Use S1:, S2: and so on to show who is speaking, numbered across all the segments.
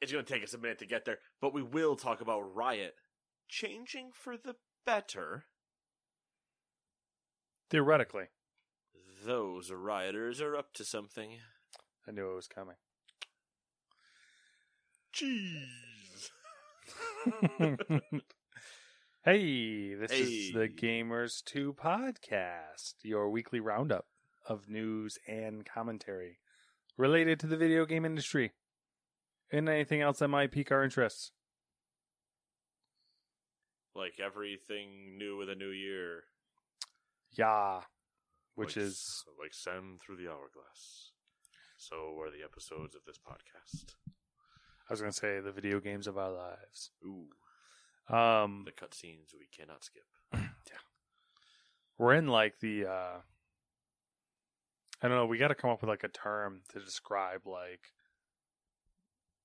S1: It's going to take us a minute to get there, but we will talk about Riot changing for the better.
S2: Theoretically,
S1: Those rioters are up to something.
S2: I knew it was coming.
S1: Jeez.
S2: hey, this is the
S1: Hey.
S2: Gamers 2 podcast, your weekly roundup of news and commentary related to the video game industry and anything else that might pique our interests.
S1: like everything new with a new year.
S2: Yeah, which
S1: Like-
S2: is
S1: like send through the hourglass. So are the episodes of this podcast.
S2: I was going to say the video games of our lives.
S1: Ooh,
S2: Um
S1: the cutscenes we cannot skip.
S2: we're in like the uh i don't know we got to come up with like a term to describe like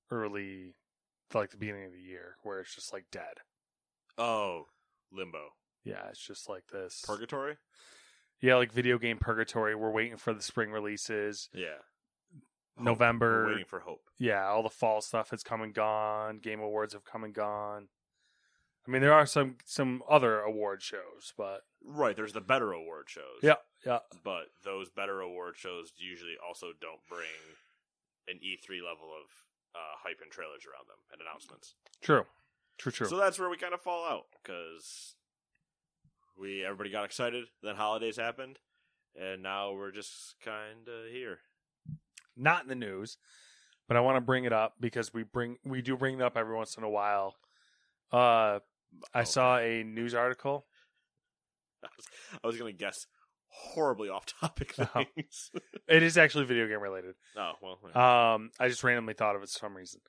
S2: early like the beginning of the year where it's just like dead
S1: Oh, limbo,
S2: yeah it's just like this
S1: purgatory.
S2: yeah like video game purgatory we're waiting for the spring releases
S1: Yeah, Hope.
S2: November.
S1: We're waiting for hope.
S2: yeah all the fall stuff has come and gone game awards have come and gone i mean there are some some other award shows but
S1: Right, there's the better award shows.
S2: yeah yeah
S1: but those better award shows usually also don't bring an E3 level of uh, hype and trailers around them and announcements.
S2: true true true
S1: So that's where we kind of fall out because we everybody got excited, then holidays happened, and now we're just kind of here.
S2: not in the news, but I want to bring it up because we bring we do bring it up every once in a while. Uh, I
S1: Okay.
S2: saw a news article.
S1: I was, I was gonna guess horribly off topic
S2: No.
S1: things.
S2: It is actually video game related.
S1: oh well, yeah.
S2: Um, I just randomly thought of it for some reason.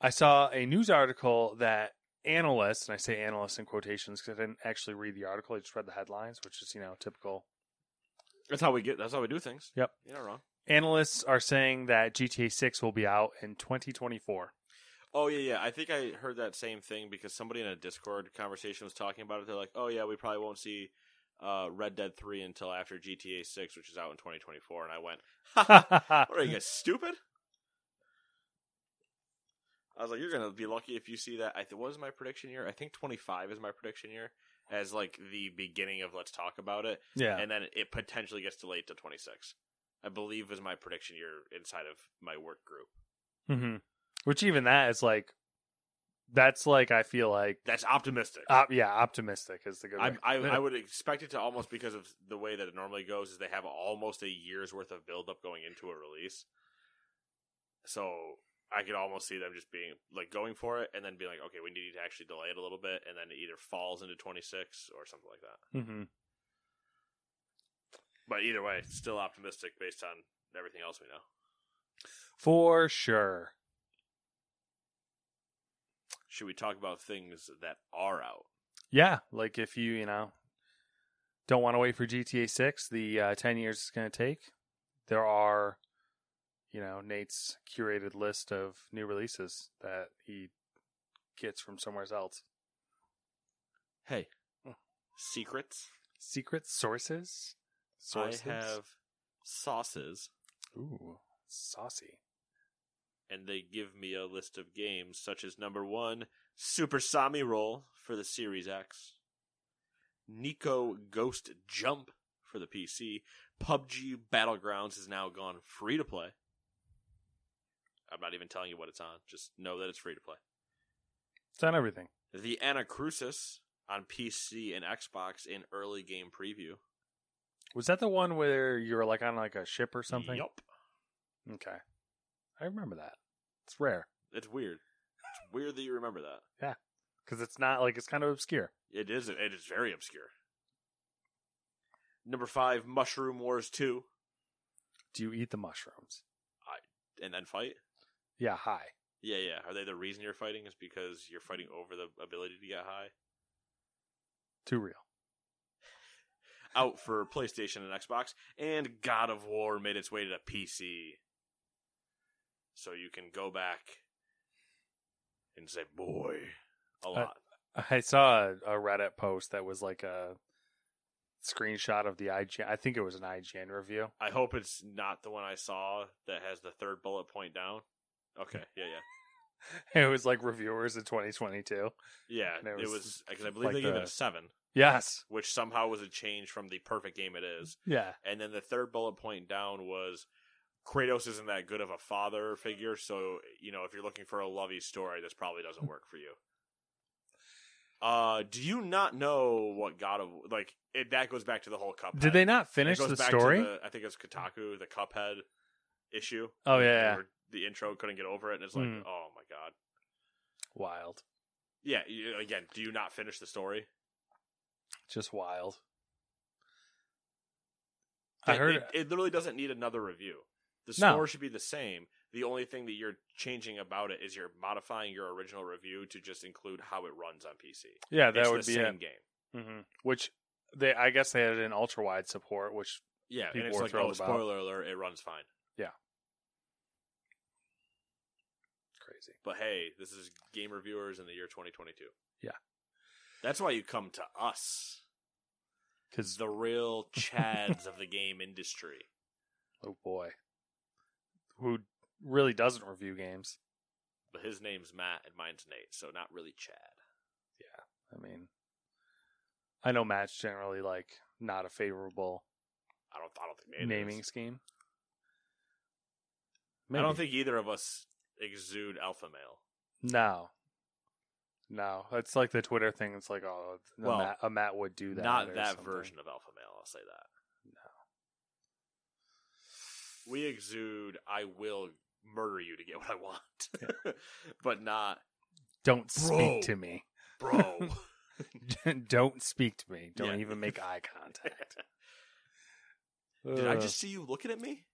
S2: I saw a news article that analysts, and I say analysts in quotations because I didn't actually read the article. I just read the headlines, which is you know typical.
S1: that's how we get. That's how we do things.
S2: Yep.
S1: You're not wrong.
S2: Analysts are saying that GTA 6 will be out in 2024.
S1: Oh yeah, yeah. I think I heard that same thing because somebody in a Discord conversation was talking about it. They're like, "Oh yeah, we probably won't see uh, Red Dead Three until after GTA Six, which is out in 2024." And I went, "Ha ha! What are you guys stupid?" I was like, "You're gonna be lucky if you see that." I th- what was my prediction year? I think 25 is my prediction year as like the beginning of let's talk about it,
S2: yeah,
S1: and then it potentially gets delayed to 26. I believe is my prediction year inside of my work group.
S2: hmm Which even that is like, that's like I feel like,
S1: That's optimistic.
S2: op- yeah, optimistic is the good.
S1: I,
S2: way.
S1: I, I would expect it to almost because of the way that it normally goes is they have almost a year's worth of build up going into a release. So I could almost see them just being like going for it and then being like, okay, we need to actually delay it a little bit, and then it either falls into twenty six or something like that.
S2: Mhm.
S1: But either way, still optimistic based on everything else we know.
S2: for sure.
S1: Should we talk about things that are out?
S2: Yeah, like if you you know don't want to wait for GTA Six, the uh, ten years it's going to take. There are, you know, Nate's curated list of new releases that he gets from somewhere else.
S1: Hey, secrets.
S2: Secret sources. Sources.
S1: I have sauces.
S2: Ooh, saucy.
S1: and they give me a list of games such as number one, Super Sami Roll for the Series X, Nico Ghost Jump for the PC, PUBG Battlegrounds is now gone free to play, I'm not even telling you what it's on. Just know that it's free to play.
S2: It's on everything.
S1: The Anacrusis on PC and Xbox in early game preview.
S2: Was that the one where you were like on like a ship or something?
S1: Yup.
S2: Okay. I remember that. It's rare
S1: It's weird. It's weird that you remember that.
S2: because it's not like it's kind of obscure.
S1: It is. It is very obscure. Number five, Mushroom Wars two,
S2: Do you eat the mushrooms?
S1: and then fight.
S2: Yeah, hi.
S1: Yeah, yeah. Are they the reason you're fighting? Is because you're fighting over the ability to get high?
S2: Too real.
S1: Out for PlayStation and Xbox, and God of War made its way to the PC, so you can go back and say, "Boy, a
S2: Uh,
S1: lot."
S2: I saw a, a Reddit post that was like a screenshot of the IGN. I think it was an IGN review.
S1: I hope it's not the one I saw that has the third bullet point down. Okay, yeah, yeah.
S2: It was like reviewers in 2022.
S1: Yeah,
S2: And it
S1: it was
S2: was
S1: because I believe
S2: like
S1: they gave it
S2: the-
S1: a seven,
S2: Yes.
S1: which somehow was a change from the perfect game it is.
S2: Yeah.
S1: And then the third bullet point down was Kratos isn't that good of a father figure, so you know if you're looking for a lovey story, this probably doesn't work for you. Uh, do you not know what God of like it, that goes back to the whole Cuphead?
S2: Did they not finish
S1: It goes
S2: the
S1: back to
S2: story?
S1: the- I think it's Kotaku, the Cuphead issue.
S2: Oh, yeah,
S1: They were- the intro couldn't get over it, and it's like,
S2: Hmm.
S1: oh my god.
S2: Wild.
S1: Yeah, you, again, do you not finish the story?
S2: Just wild. I
S1: It-
S2: heard
S1: it, it literally doesn't need another review. The
S2: No.
S1: score should be the same. The only thing that you're changing about it is you're modifying your original review to just include how it runs on PC.
S2: Yeah, that
S1: it's
S2: would
S1: the
S2: be
S1: same
S2: it.
S1: game.
S2: hmm Which they, I guess, they had an ultra wide support, which
S1: Yeah,
S2: People
S1: and it's
S2: were
S1: like,
S2: thrilled
S1: oh,
S2: about.
S1: spoiler alert, it runs fine.
S2: crazy.
S1: But hey, this is game reviewers in the year 2022.
S2: Yeah.
S1: that's why you come to us,
S2: Because
S1: the real chads of the game industry.
S2: oh boy, who really doesn't review games?
S1: But his name's Matt and mine's Nate, so not really Chad.
S2: I mean, I know Matt's generally like not a favorable
S1: I don't. I don't think Nate
S2: naming
S1: Is.
S2: scheme.
S1: I don't
S2: Maybe.
S1: think either of us exude alpha male.
S2: no, no. It's like the Twitter thing. It's like oh, a,
S1: Well,
S2: Matt, a Matt would do that.
S1: Not
S2: or
S1: that
S2: something.
S1: version of alpha male. I'll say that. No. We exude. I will murder you to get what I want, but not,
S2: Don't
S1: Bro.
S2: speak to me.
S1: bro.
S2: don't speak to me. Don't
S1: Yeah.
S2: even make eye contact.
S1: Did I
S2: Ugh,
S1: just see you looking at me?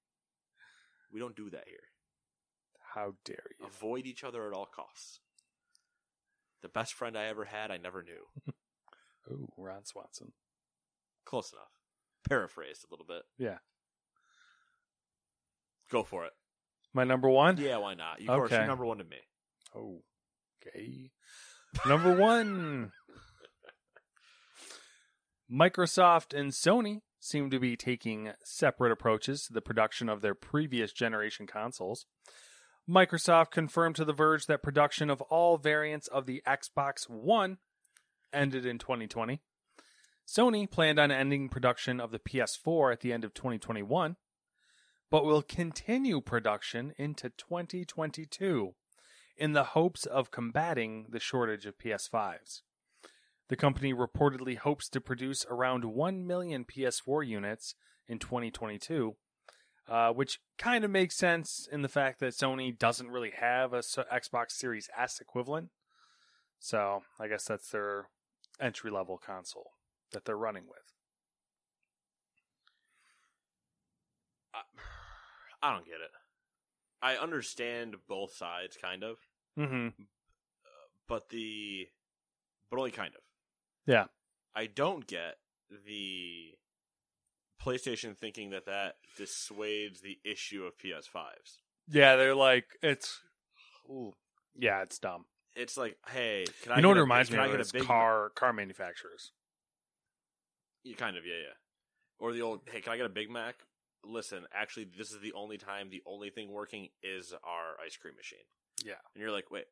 S1: We don't do that here.
S2: How dare you?
S1: Avoid each other at all costs. The best friend I ever had, I never knew.
S2: Ooh, Ron Swanson.
S1: Close enough. Paraphrased a little bit.
S2: Yeah.
S1: Go for it.
S2: My number one.
S1: Yeah, why not? You, of course,
S2: Okay.
S1: you're number one to me.
S2: Oh, okay. Number one. Microsoft and Sony seem to be taking separate approaches to the production of their previous generation consoles. Microsoft confirmed to The Verge that production of all variants of the Xbox One ended in 2020. Sony planned on ending production of the PS4 at the end of 2021, but will continue production into 2022 in the hopes of combating the shortage of PS5s. The company reportedly hopes to produce around 1 million PS4 units in 2022, uh, which kind of makes sense in the fact that Sony doesn't really have a so- Xbox Series S equivalent. So I guess that's their entry level console that they're running with.
S1: I, I don't get it. I understand both sides, kind of,
S2: Mm-hmm.
S1: but the, but only kind of.
S2: Yeah.
S1: I don't get the PlayStation thinking that that dissuades the issue of PS5s.
S2: Yeah, they're like, it's. Ooh. Yeah, it's dumb.
S1: It's like, hey, can I?
S2: you
S1: get
S2: know what it
S1: a-
S2: reminds me
S1: can I
S2: of
S1: get
S2: is
S1: a big
S2: car car manufacturers.
S1: You kind of, yeah, yeah. Or the old, hey, can I get a Big Mac? Listen, actually, this is the only time the only thing working is our ice cream machine.
S2: Yeah.
S1: And you're like, wait,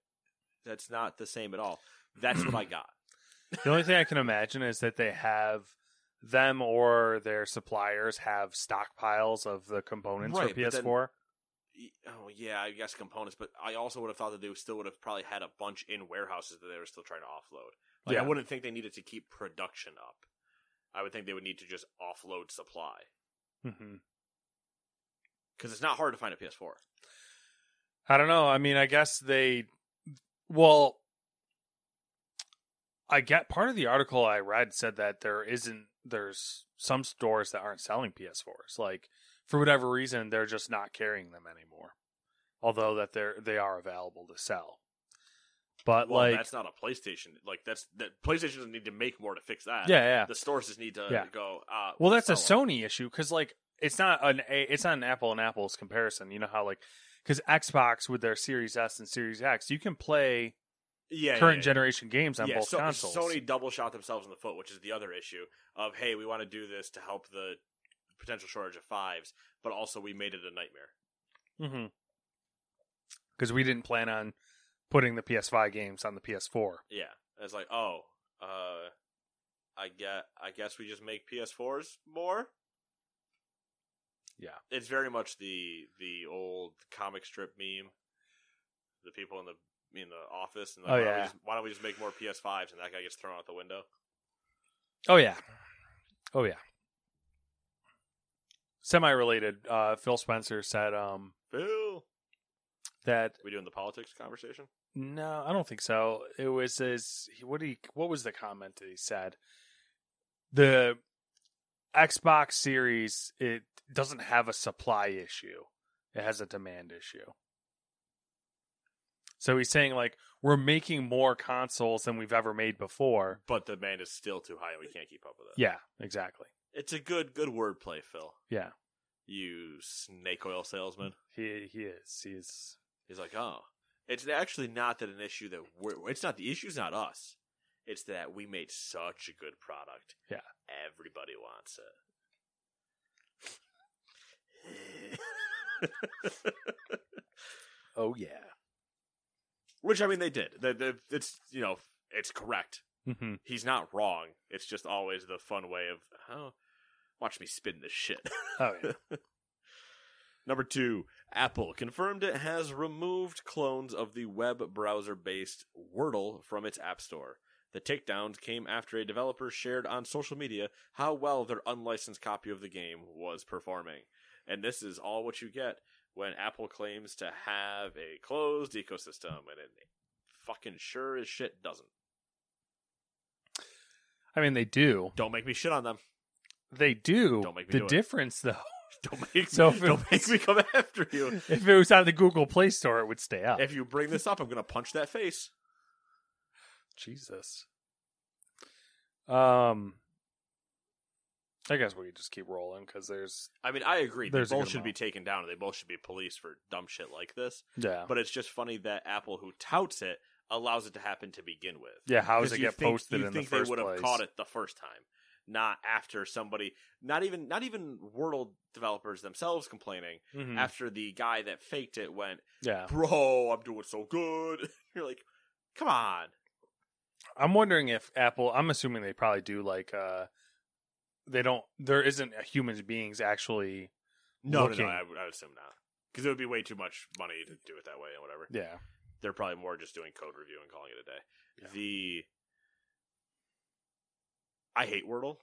S1: that's not the same at all. That's what I got.
S2: The only thing I can imagine is that they have them or their suppliers have stockpiles of the components
S1: Right,
S2: for
S1: but then-
S2: PS4.
S1: oh yeah, I guess components, but I also would have thought that they still would have probably had a bunch in warehouses that they were still trying to offload. Like I
S2: Yeah.
S1: wouldn't think they needed to keep production up. I would think they would need to just offload supply
S2: Mm-hmm.
S1: because it's not hard to find a PS4.
S2: I don't know. I mean, I guess they. Well, I get part of the article I read said that there isn't. There's some stores that aren't selling PS4s. Like for whatever reason, they're just not carrying them anymore. Although that they're they are available to sell. But
S1: Well,
S2: like,
S1: that's not a PlayStation. Like that's that PlayStation doesn't need to make more to fix that.
S2: yeah, yeah.
S1: the stores just need to
S2: Yeah.
S1: go. Uh,
S2: Well, that's a
S1: sell 'em.
S2: Sony issue because like it's not an a, it's not an apple and apples comparison. You know how like because Xbox with their Series S and Series X, you can play
S1: yeah,
S2: current
S1: yeah, yeah.
S2: generation games on
S1: yeah,
S2: both
S1: so-
S2: consoles.
S1: Sony double shot themselves in the foot, which is the other issue of hey, we want to do this to help the potential shortage of fives, but also we made it a nightmare.
S2: because Mm-hmm. we didn't plan on putting the PS5 games on the PS4.
S1: Yeah, it's like oh, uh, I get, I guess we just make PS4s more.
S2: Yeah.
S1: it's very much the the old comic strip meme. The people in the in the office and like,
S2: Oh,
S1: why, don't we
S2: yeah.
S1: just, why don't we just make more PS5s and that guy gets thrown out the window?
S2: Oh yeah, oh yeah. Semi-related, uh, Phil Spencer said um,
S1: Phil,
S2: that
S1: we doing the politics conversation?
S2: No, I don't think so. It was his. he- What he? What was the comment that he said? The Xbox Series it doesn't have a supply issue. It has a demand issue. So he's saying like we're making more consoles than we've ever made before.
S1: But the demand is still too high and we can't keep up with it.
S2: Yeah, exactly.
S1: It's a good good wordplay, Phil.
S2: Yeah,
S1: You snake oil salesman.
S2: he he is. He's
S1: He's like, oh, it's actually not that an issue that we're. It's not the issue's not us. It's that we made such a good product.
S2: Yeah.
S1: everybody wants it.
S2: oh yeah.
S1: Which I mean, they did. They, they, it's you know, it's correct.
S2: Mm-hmm.
S1: He's not wrong. It's just always the fun way of, oh, watch me spin this shit.
S2: Oh yeah.
S1: Number two, Apple confirmed it has removed clones of the web browser based Wordle from its App Store. The takedowns came after a developer shared on social media how well their unlicensed copy of the game was performing. And this is all what you get when Apple claims to have a closed ecosystem, and it fucking sure as shit doesn't.
S2: I mean they do.
S1: Don't make me shit on them.
S2: They do.
S1: Don't make me
S2: the
S1: do it.
S2: difference though.
S1: Don't make
S2: So if it
S1: don't make
S2: was-
S1: me come after you.
S2: if it was on the Google Play Store, it would stay up.
S1: If you bring this up, I'm gonna punch that face.
S2: Jesus. Um, I guess we could just keep rolling because there's
S1: I mean, I agree.
S2: There's a
S1: they both
S2: good
S1: should be
S2: amount.
S1: taken down, and they both should be policed for dumb shit like this.
S2: yeah,
S1: But it's just funny that Apple, who touts it, allows it to happen to begin with.
S2: yeah. How does
S1: 'Cause
S2: it
S1: you
S2: get
S1: think-
S2: posted
S1: you
S2: in
S1: think
S2: the first
S1: they would have
S2: place?
S1: caught it the first time, not after somebody, not even not even Wordle developers themselves complaining
S2: Mhm.
S1: after the guy that faked it went,
S2: Yeah,
S1: "Bro, I'm doing so good." You're like, "Come on."
S2: I'm wondering if Apple. I'm assuming they probably do like uh, they don't. There isn't a human beings actually.
S1: No, no, no,
S2: Looking.
S1: I, would- I would assume not. Because it would be way too much money to do it that way and whatever.
S2: Yeah,
S1: they're probably more just doing code review and calling it a day.
S2: Yeah.
S1: The I hate Wordle.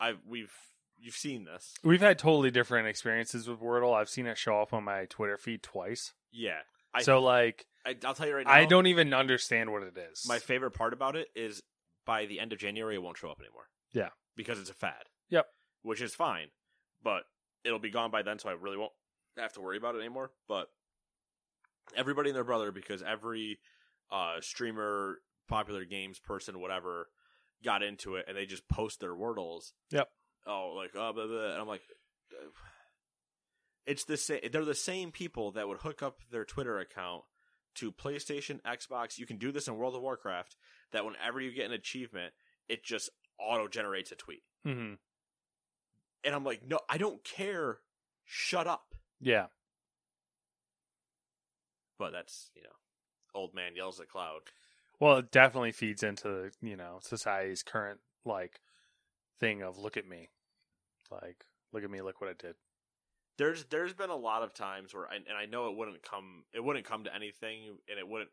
S1: I we've you've seen this,
S2: we've had totally different experiences with Wordle. I've seen it show up on my Twitter feed twice.
S1: yeah. I,
S2: so like,
S1: I, I'll tell you right now.
S2: I don't even understand what it is.
S1: My favorite part about it is by the end of January, it won't show up anymore.
S2: Yeah.
S1: because it's a fad.
S2: Yep.
S1: which is fine, but it'll be gone by then, so I really won't have to worry about it anymore. But everybody and their brother, because every uh, streamer, popular games person, whatever, got into it, and they just post their wordles.
S2: Yep.
S1: Oh, like oh, blah, blah. And I'm like, it's the same. They're the same people that would hook up their Twitter account to PlayStation, Xbox. You can do this in World of Warcraft. That whenever you get an achievement, it just auto generates a tweet.
S2: Mhm.
S1: And I'm like, no, I don't care. Shut up.
S2: Yeah.
S1: But that's you know, old man yells at cloud.
S2: Well, it definitely feeds into you know society's current like thing of look at me, like look at me, look what I did.
S1: there's there's been a lot of times where I, and I know it wouldn't come it wouldn't come to anything and it wouldn't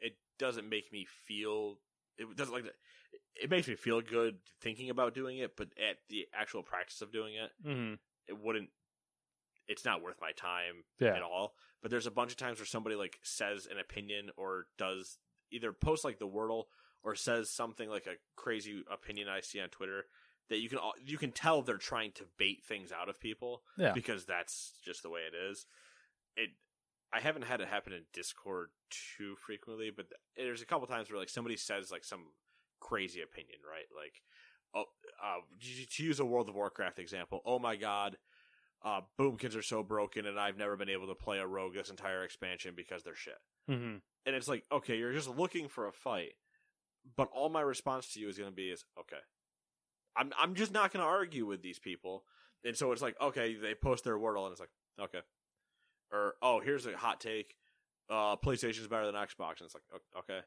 S1: it doesn't make me feel it doesn't like it makes me feel good thinking about doing it but at the actual practice of doing it
S2: Mm-hmm.
S1: it wouldn't it's not worth my time
S2: Yeah.
S1: at all but there's a bunch of times where somebody like says an opinion or does either post like the wordle or says something like a crazy opinion i see on twitter that you can al- you can tell they're trying to bait things out of people
S2: Yeah.
S1: because that's just the way it is it i haven't had it happen in discord too frequently but th- there's a couple times where like somebody says like some crazy opinion right like oh uh, to- to use a world of warcraft example oh my god uh, boomkins are so broken and i've never been able to play a rogue this entire expansion because they're shit
S2: Mm-hmm.
S1: and it's like okay you're just looking for a fight but all my response to you is going to be is okay i'm i'm just not going to argue with these people and so it's like okay they post their wordle and it's like okay or oh here's a hot take uh playstation's better than xbox and it's like o- okay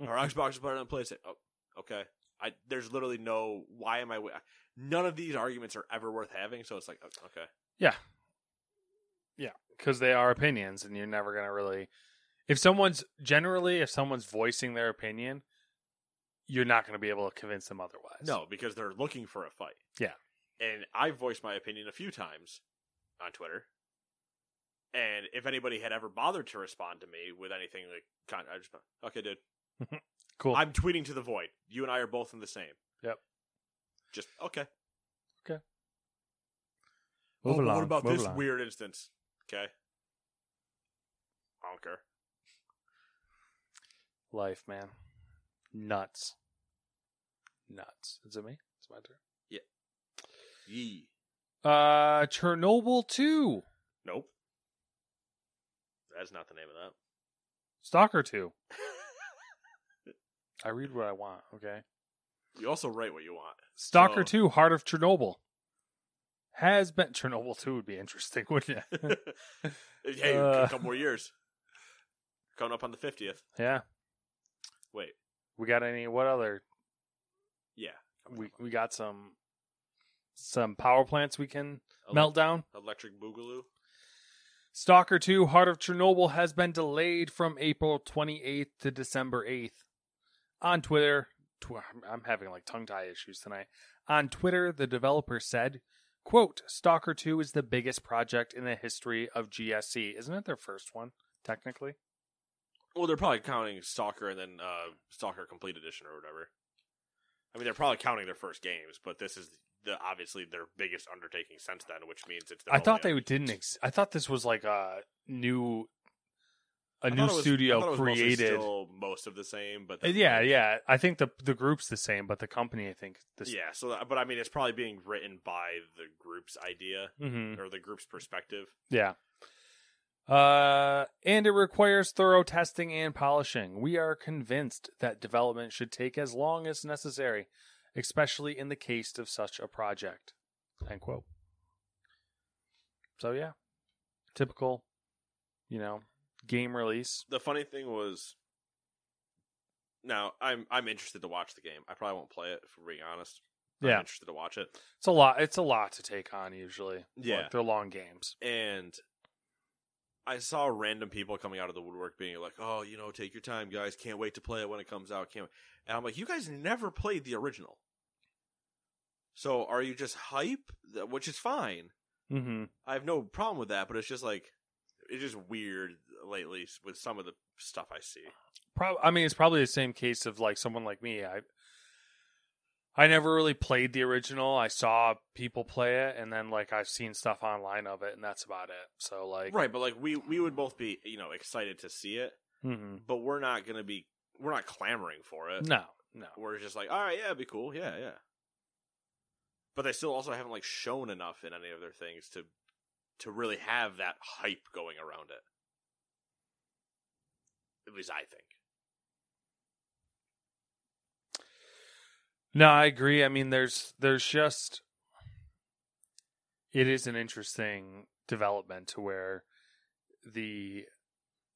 S1: or xbox is better than playstation oh, okay i there's literally no why am i wa- none of these arguments are ever worth having so it's like o- okay
S2: Yeah. Yeah. Because they are opinions, and you're never going to really. If someone's generally, if someone's voicing their opinion, you're not going to be able to convince them otherwise.
S1: No, because they're looking for a fight.
S2: Yeah.
S1: And I voiced my opinion a few times on Twitter. And if anybody had ever bothered to respond to me with anything like, con- I just, okay, dude,
S2: Cool.
S1: I'm tweeting to the void. You and I are both in the same.
S2: Yep.
S1: Just okay.
S2: Move
S1: oh, but
S2: along,
S1: what about
S2: move
S1: this
S2: along.
S1: weird instance? Okay. I don't care.
S2: life, man? Nuts. Nuts. Is it me? It's my turn.
S1: Yee.
S2: Uh, Chernobyl 2.
S1: Nope. That's not the name of that.
S2: Stalker 2. I read what I want, okay?
S1: You also write what you want.
S2: Stalker
S1: So-
S2: 2, Heart of Chernobyl. Has been. Chernobyl 2 would be interesting, wouldn't it?
S1: hey,
S2: Uh.
S1: a couple more years. Coming up on the 50th.
S2: yeah.
S1: Wait,
S2: We got any. What other.
S1: yeah.
S2: We, we got some. Some power plants we can
S1: Elec-
S2: melt down.
S1: Electric Boogaloo.
S2: Stalker 2, Heart of Chernobyl has been delayed from April 28th to December 8th. On Twitter, tw- I'm having like tongue tie issues tonight. On Twitter, the developer said, quote, Stalker 2 is the biggest project in the history of GSC. Isn't it their first one, technically?
S1: Well, they're probably counting Stalker and then uh, Stalker Complete Edition or whatever. I mean, they're probably counting their first games, but this is the obviously their biggest undertaking since then, which means it's. Their
S2: I thought
S1: only-
S2: they didn't. Ex- I thought this was like a new, a
S1: I thought it was- I
S2: new
S1: thought it
S2: studio
S1: was mostly
S2: created. Uh,
S1: still most of the same, but then-
S2: Yeah, yeah. I think the the group's the same, but the company, I think, this.
S1: yeah. So, but I mean, it's probably being written by the group's idea
S2: hmm
S1: or the group's perspective.
S2: Yeah. Uh, and it requires thorough testing and polishing. We are convinced that development should take as long as necessary, especially in the case of such a project. End quote. So yeah, typical, you know, game release.
S1: the funny thing was now I'm I'm interested to watch the game. I probably won't play it if we're being honest.
S2: Yeah.
S1: I'm interested to watch it.
S2: It's a lot. It's a lot to take on usually.
S1: Yeah.
S2: Like, they're long games.
S1: And I saw random people coming out of the woodwork being like, "Oh, you know, take your time, guys. Can't wait to play it when it comes out." Can't. wait." And I'm like, "You guys never played the original, so are you just hype?" Th- Which is fine.
S2: Mm-hmm.
S1: I have no problem with that, but it's just like it's just weird lately with some of the stuff I see.
S2: Prob- I mean, it's probably the same case of like someone like me. I I never really played the original. I saw people play it, and then like I've seen stuff online of it, and that's about it. So like,
S1: right, but like we we would both be you know excited to see it.
S2: hmm
S1: but we're not gonna be we're not clamoring for it.
S2: No, no.
S1: We're just like, all right, yeah, it'd be cool, yeah, yeah. But they still also haven't like shown enough in any of their things to to really have that hype going around it. At least I think.
S2: No, I agree. I mean, there's there's just it is an interesting development to where the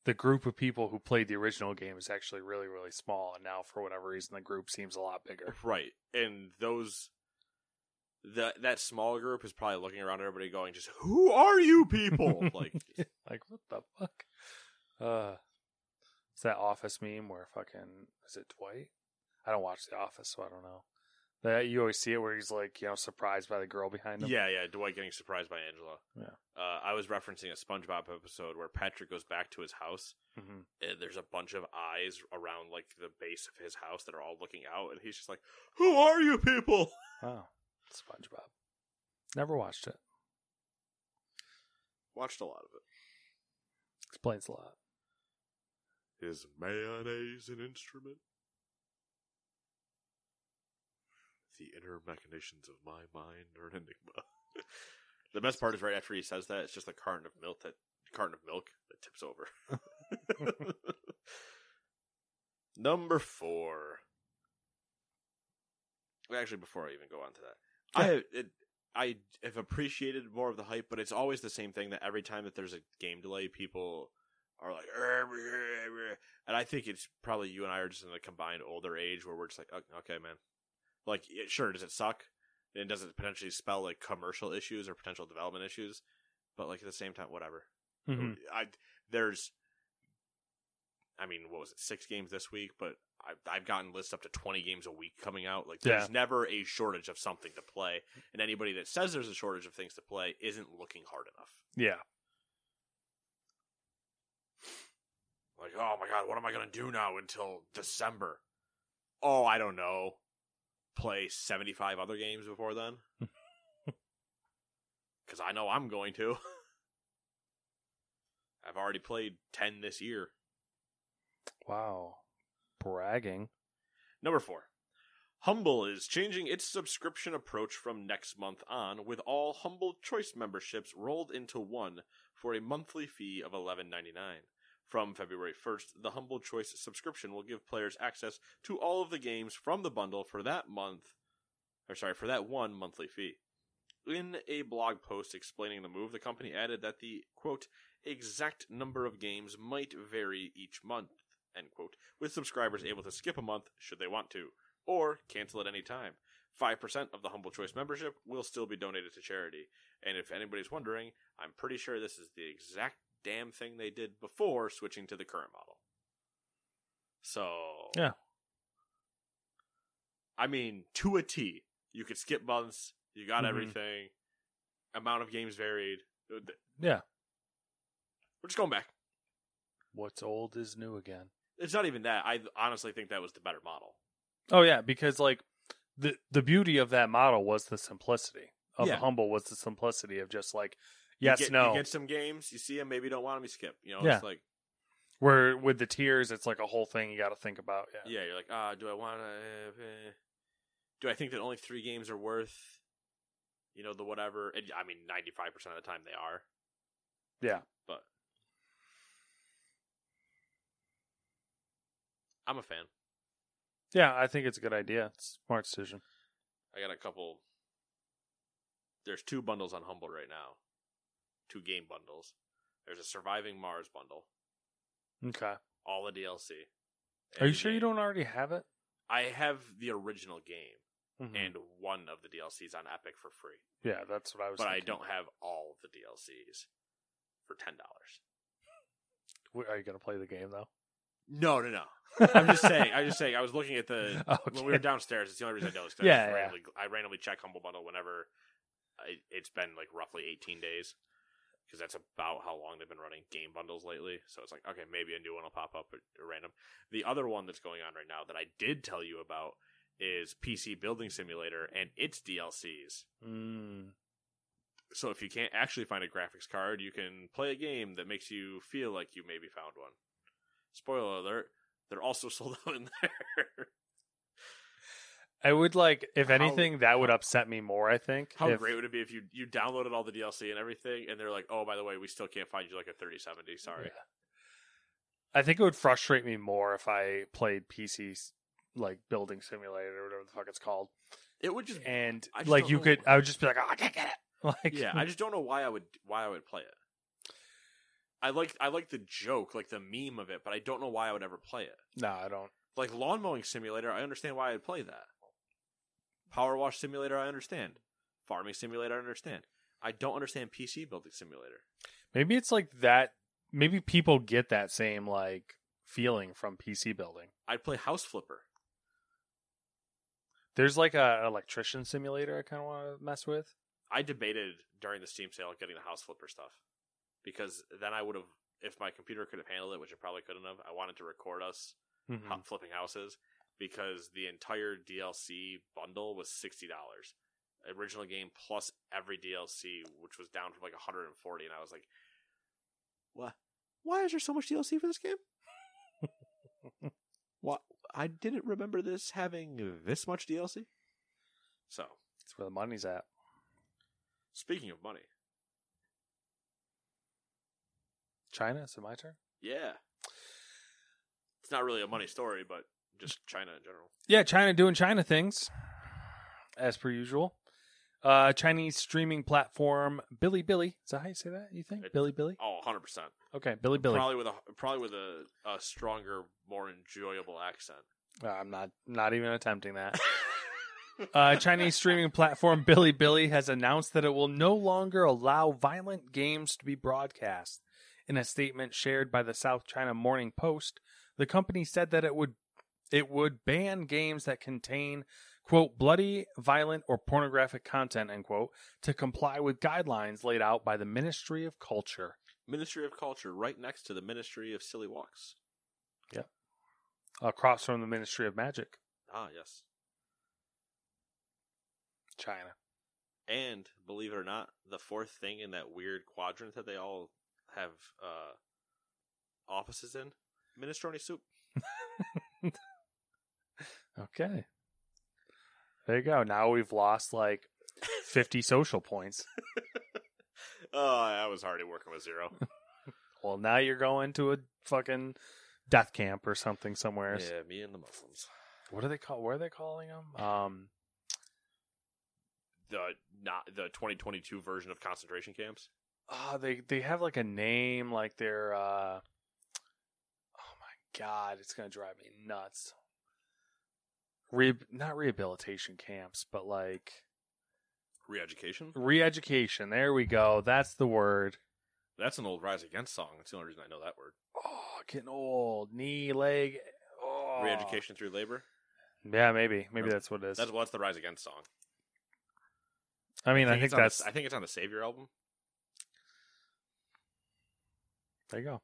S2: the group of people who played the original game is actually really really small, and now for whatever reason, the group seems a lot bigger.
S1: Right. And those the that small group is probably looking around at everybody going, just who are you people? like
S2: like what the fuck? Uh, it's that Office meme where fucking is it Dwight? I don't watch The Office, so I don't know. That you always see it where he's like, you know, surprised by the girl behind him.
S1: Yeah, yeah, Dwight getting surprised by Angela.
S2: Yeah.
S1: Uh, I was referencing a SpongeBob episode where Patrick goes back to his house
S2: hmm
S1: and there's a bunch of eyes around like the base of his house that are all looking out and he's just like, Who are you people?
S2: Wow. SpongeBob. Never watched it.
S1: Watched a lot of it.
S2: Explains a lot.
S1: Is mayonnaise an instrument? The inner machinations of my mind are an enigma. the best part is right after he says that, it's just a carton of milk that carton of milk that tips over. Number four. Well, Actually, before I even go on to that, I it, I have appreciated more of the hype, but it's always the same thing that every time that there's a game delay, people are like, "Er, er, er, er." and I think it's probably you and I are just in the combined older age where we're just like, "Oh, okay, man, like it, sure, does it suck? And does it potentially spell like commercial issues or potential development issues? But like at the same time, whatever.
S2: Mhm.
S1: I there's, I mean, what was it? Six games this week, but I've I've gotten lists up to twenty games a week coming out. Like there's
S2: Yeah.
S1: never a shortage of something to play, and anybody that says there's a shortage of things to play isn't looking hard enough.
S2: Yeah.
S1: Like, oh my god, what am I gonna do now until December? Oh, I don't know. Play seventy five other games before then. Because I know I'm going to. I've already played ten this year.
S2: Wow. Bragging.
S1: Number four. Humble is changing its subscription approach from next month on, with all Humble Choice memberships rolled into one for a monthly fee of $11.99. From February 1st, the Humble Choice subscription will give players access to all of the games from the bundle for that month, or sorry, for that one monthly fee. In a blog post explaining the move, the company added that the quote exact number of games might vary each month end quote, with subscribers able to skip a month should they want to, or cancel at any time. 5% of the Humble Choice membership will still be donated to charity. And if anybody's wondering, I'm pretty sure this is the exact damn thing they did before switching to the current model. So.
S2: Yeah.
S1: I mean, to a T. You could skip months, you got
S2: Mhm.
S1: everything, amount of games varied. We're
S2: Yeah.
S1: just going back.
S2: What's old is new again.
S1: It's not even that. I honestly think that was the better model.
S2: Oh yeah, because like the the beauty of that model was the simplicity of
S1: Yeah.
S2: the humble was the simplicity of just like
S1: You
S2: yes
S1: get-
S2: no
S1: You get some games, you see them, maybe you don't want them, you skip. You know,
S2: Yeah.
S1: it's like,
S2: where with the tiers it's like a whole thing you got to think about yeah.
S1: yeah, you're like, ah, do I want to? Eh, do I think that only three games are worth, you know, the whatever? And, I mean, ninety five percent of the time they are.
S2: Yeah.
S1: but I'm a fan.
S2: Yeah, I think it's a good idea. It's a smart decision.
S1: I got a couple. There's two bundles on Humble right now, two game bundles. There's a Surviving Mars bundle,
S2: Okay.
S1: all the DLC.
S2: Are
S1: and
S2: you
S1: the
S2: sure you
S1: game.
S2: don't already have it?
S1: I have the original game
S2: Mhm.
S1: and one of the DLCs on Epic for free,
S2: yeah, that's what I was.
S1: but I
S2: thinking.
S1: don't have all the DLCs for ten dollars.
S2: Wait, Are you gonna play the game though?
S1: No, no, no. I'm just saying. I'm just saying. I was looking at the when we were
S2: Okay.
S1: downstairs. It's the only reason I know this. 'cause I,
S2: Yeah,
S1: just
S2: yeah.
S1: randomly, I randomly check Humble Bundle whenever I, it's been like roughly 18 days because that's about how long they've been running game bundles lately. So it's like, okay, maybe a new one will pop up at at random. The other one that's going on right now that I did tell you about is PC Building Simulator and its DLCs.
S2: Mm.
S1: so if you can't actually find a graphics card, you can play a game that makes you feel like you maybe found one. Spoiler alert, they're also sold out in there.
S2: I would like, if
S1: How-
S2: anything, that would upset me more. I think.
S1: How
S2: if-
S1: great would it be if you you downloaded all the DLC and everything and they're like, "Oh, by the way, we still can't find you like a 3070, sorry."
S2: Yeah. I think it would frustrate me more if I played PC s- like building simulator or whatever the fuck it's called,
S1: It would just
S2: and
S1: I just
S2: like
S1: don't
S2: you
S1: know
S2: could,
S1: why.
S2: I would just be like, oh, I can't get it. Like,
S1: Yeah, I just don't know why I would why I would play it. I like I like the joke, like the meme of it, but I don't know why I would ever play it.
S2: no, I don't.
S1: Like lawn mowing simulator, I understand why I'd play that. Power wash simulator, I understand. farming simulator I understand. I don't understand PC building simulator.
S2: Maybe it's like that. Maybe people get that same like feeling from PC building.
S1: I'd play House Flipper.
S2: There's like a an electrician simulator I kind of want to mess with.
S1: I debated during the Steam sale getting the House Flipper stuff because then I would have, if my computer could have handled it, which it probably couldn't have. I wanted to record us ho- flipping houses because the entire DLC bundle was sixty dollars, original game plus every DLC, which was down from like one hundred and forty. And I was like, "What? Why is there so much DLC for this game? what? I didn't remember this having this much DLC." So,
S2: It's where the money's at.
S1: speaking of money,
S2: China. Is it my turn?
S1: yeah, it's not really a money story, but just China in general.
S2: Yeah, China doing China things, as per usual. Uh, Chinese streaming platform Billy Billy. Is that how you say that? You think
S1: It-
S2: Billy Billy?
S1: Oh, 100%.
S2: Okay, Billy Billy.
S1: Probably with a probably with a, a stronger, more enjoyable accent.
S2: Uh, I'm not not even attempting that. Uh, Chinese streaming platform Bilibili has announced that it will no longer allow violent games to be broadcast. In a statement shared by the South China Morning Post, the company said that it would it would ban games that contain quote bloody, violent, or pornographic content end quote to comply with guidelines laid out by the Ministry of Culture.
S1: Ministry of Culture, right next to the Ministry of Silly Walks.
S2: Across from the Ministry of Magic,
S1: Ah, yes.
S2: China.
S1: And believe it or not, the fourth thing in that weird quadrant that they all have uh, offices in, minestrone soup.
S2: Okay. There you go. Now we've lost like 50 social points.
S1: Oh, I was already working with zero.
S2: Well, now you're going to a fucking death camp or something somewhere.
S1: yeah, me and the Muslims.
S2: What are they call? What are they calling them? Um,
S1: The not the 2022 version of concentration camps.
S2: oh, they they have like a name, like they're. Uh, oh my god, it's gonna drive me nuts. Re- not rehabilitation camps, but like
S1: Re-education.
S2: re-education. There we go. That's the word.
S1: That's an old Rise Against song. That's the only reason I know that word.
S2: Oh, getting old. Knee, leg. Oh.
S1: Re-education through labor.
S2: Yeah, maybe. Maybe
S1: That's-
S2: that's, what it is.
S1: That's what's the Rise Against song.
S2: I mean, I think,
S1: it's on the-
S2: that's.
S1: I think it's on the Savior album.
S2: there you go.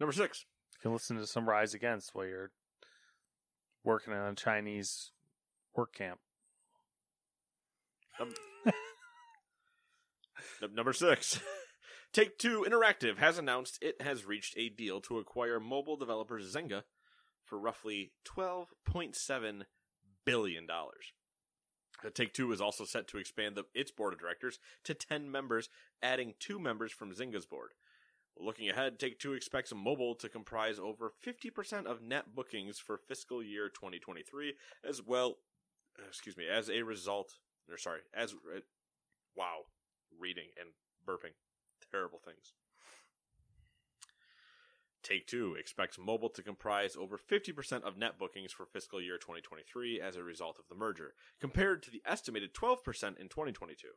S1: Number six.
S2: You can listen to some Rise Against while you're working on a Chinese work camp.
S1: Num- Num- number six. Take Two Interactive has announced it has reached a deal to acquire mobile developer Zynga for roughly twelve point seven billion dollars. Uh, Take Two is also set to expand the, its board of directors to ten members, adding two members from Zynga's board. Looking ahead, Take Two expects mobile to comprise over 50% of net bookings for fiscal year 2023, as well, excuse me, as a result, or sorry, as uh, wow, reading and burping, terrible things. Take Two expects mobile to comprise over 50% of net bookings for fiscal year 2023 as a result of the merger, compared to the estimated 12% in 2022.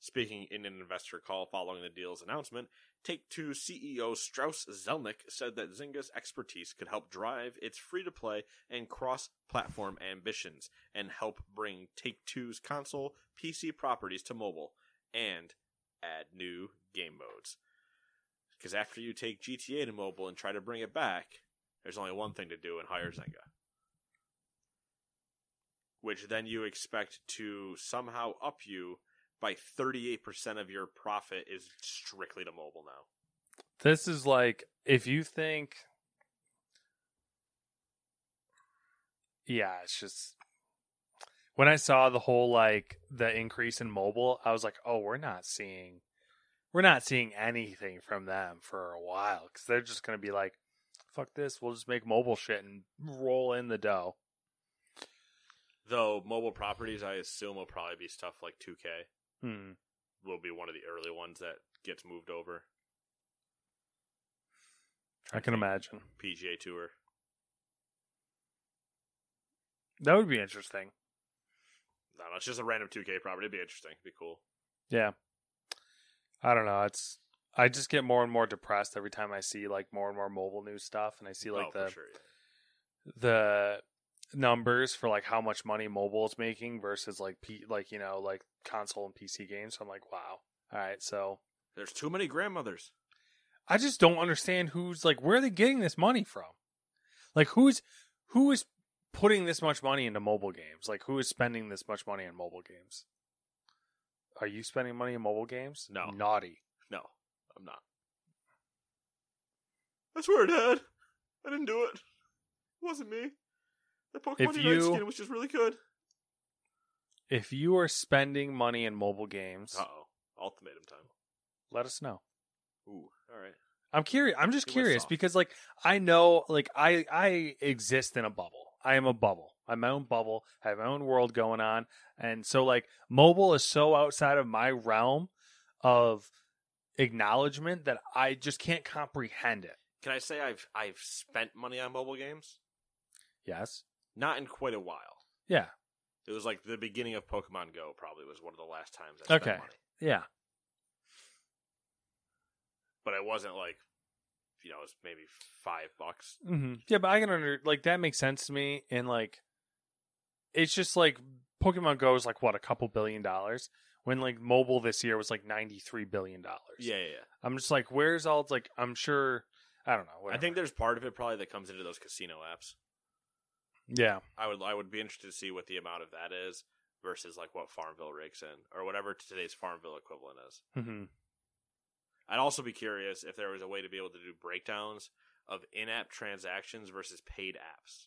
S1: Speaking in an investor call following the deal's announcement, Take Two CEO Strauss Zelnick said that Zynga's expertise could help drive its free to play and cross platform ambitions and help bring Take Two's console PC properties to mobile and add new game modes. Because after you take GTA to mobile and try to bring it back, there's only one thing to do and hire Zynga. Which then you expect to somehow up you by 38% of your profit is strictly to mobile now.
S2: This is like if you think. Yeah, it's just. When I saw the whole like the increase in mobile, I was like, "Oh, we're not seeing, we're not seeing anything from them for a while because they're just going to be like, fuck this, we'll just make mobile shit and roll in the dough."
S1: Though mobile properties, I assume, will probably be stuff like 2K,
S2: Hmm.
S1: will be one of the early ones that gets moved over.
S2: I can imagine.
S1: PGA Tour.
S2: That would be interesting.
S1: I don't know. It's just a random 2K property. It'd be interesting. It'd be cool.
S2: Yeah. I don't know. It's I just get more and more depressed every time I see like more and more mobile news stuff and I see like
S1: oh,
S2: the
S1: for sure. yeah.
S2: the numbers for like how much money mobile is making versus like P, like you know like console and PC games. So I'm like, wow. All right, so
S1: There's too many grandmothers.
S2: I just don't understand who's like where are they getting this money from? Like who's who is putting this much money into mobile games? Like who is spending this much money on mobile games? Are you spending money on mobile games?
S1: No.
S2: Naughty.
S1: No, I'm not. I swear, Dad, I didn't do it. It wasn't me. That Pokemon
S2: If
S1: Unite
S2: you-
S1: skin was just really good.
S2: If you are spending money in mobile games,
S1: Uh oh, ultimatum time.
S2: let us know.
S1: Ooh, all right.
S2: I'm curious. I'm just
S1: It went
S2: curious
S1: soft.
S2: because, like, I know, like, I I exist in a bubble. I am a bubble. I'm my own bubble. I have my own world going on, and so like, mobile is so outside of my realm of acknowledgement that I just can't comprehend it.
S1: Can I say I've I've spent money on mobile games?
S2: Yes.
S1: Not in quite a while.
S2: Yeah.
S1: It was like the beginning of Pokemon Go. Probably was one of the last times I spent
S2: Okay.
S1: money.
S2: Yeah.
S1: But it wasn't like, you know, it was maybe five bucks.
S2: hmm Yeah, but I can under like that makes sense to me, and like, it's just like Pokemon Go is like what a couple billion dollars when like mobile this year was like ninety three billion dollars.
S1: Yeah, yeah. yeah.
S2: I'm just like, where's all like I'm sure I don't know.
S1: I
S2: whatever.
S1: think there's part of it probably that comes into those casino apps.
S2: yeah,
S1: I would I would be interested to see what the amount of that is versus like what Farmville rakes in or whatever today's Farmville equivalent is.
S2: hmm
S1: I'd also be curious if there was a way to be able to do breakdowns of in-app transactions versus paid apps.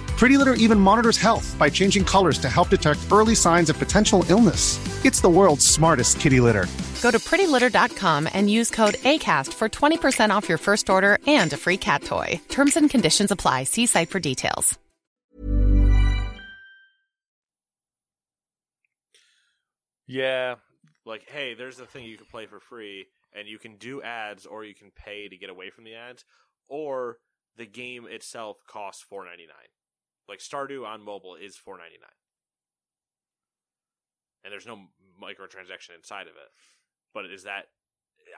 S3: Pretty Litter even monitors health by changing colors to help detect early signs of potential illness. It's the world's smartest kitty litter.
S4: Go to prettylitter.com and use code ACAST for 20% off your first order and a free cat toy. Terms and conditions apply. See site for details.
S2: yeah,
S1: Like, hey, there's a thing you can play for free and you can do ads or you can pay to get away from the ads or the game itself costs 4.99. Like Stardew on mobile is 4.99. And there's no microtransaction inside of it. But is that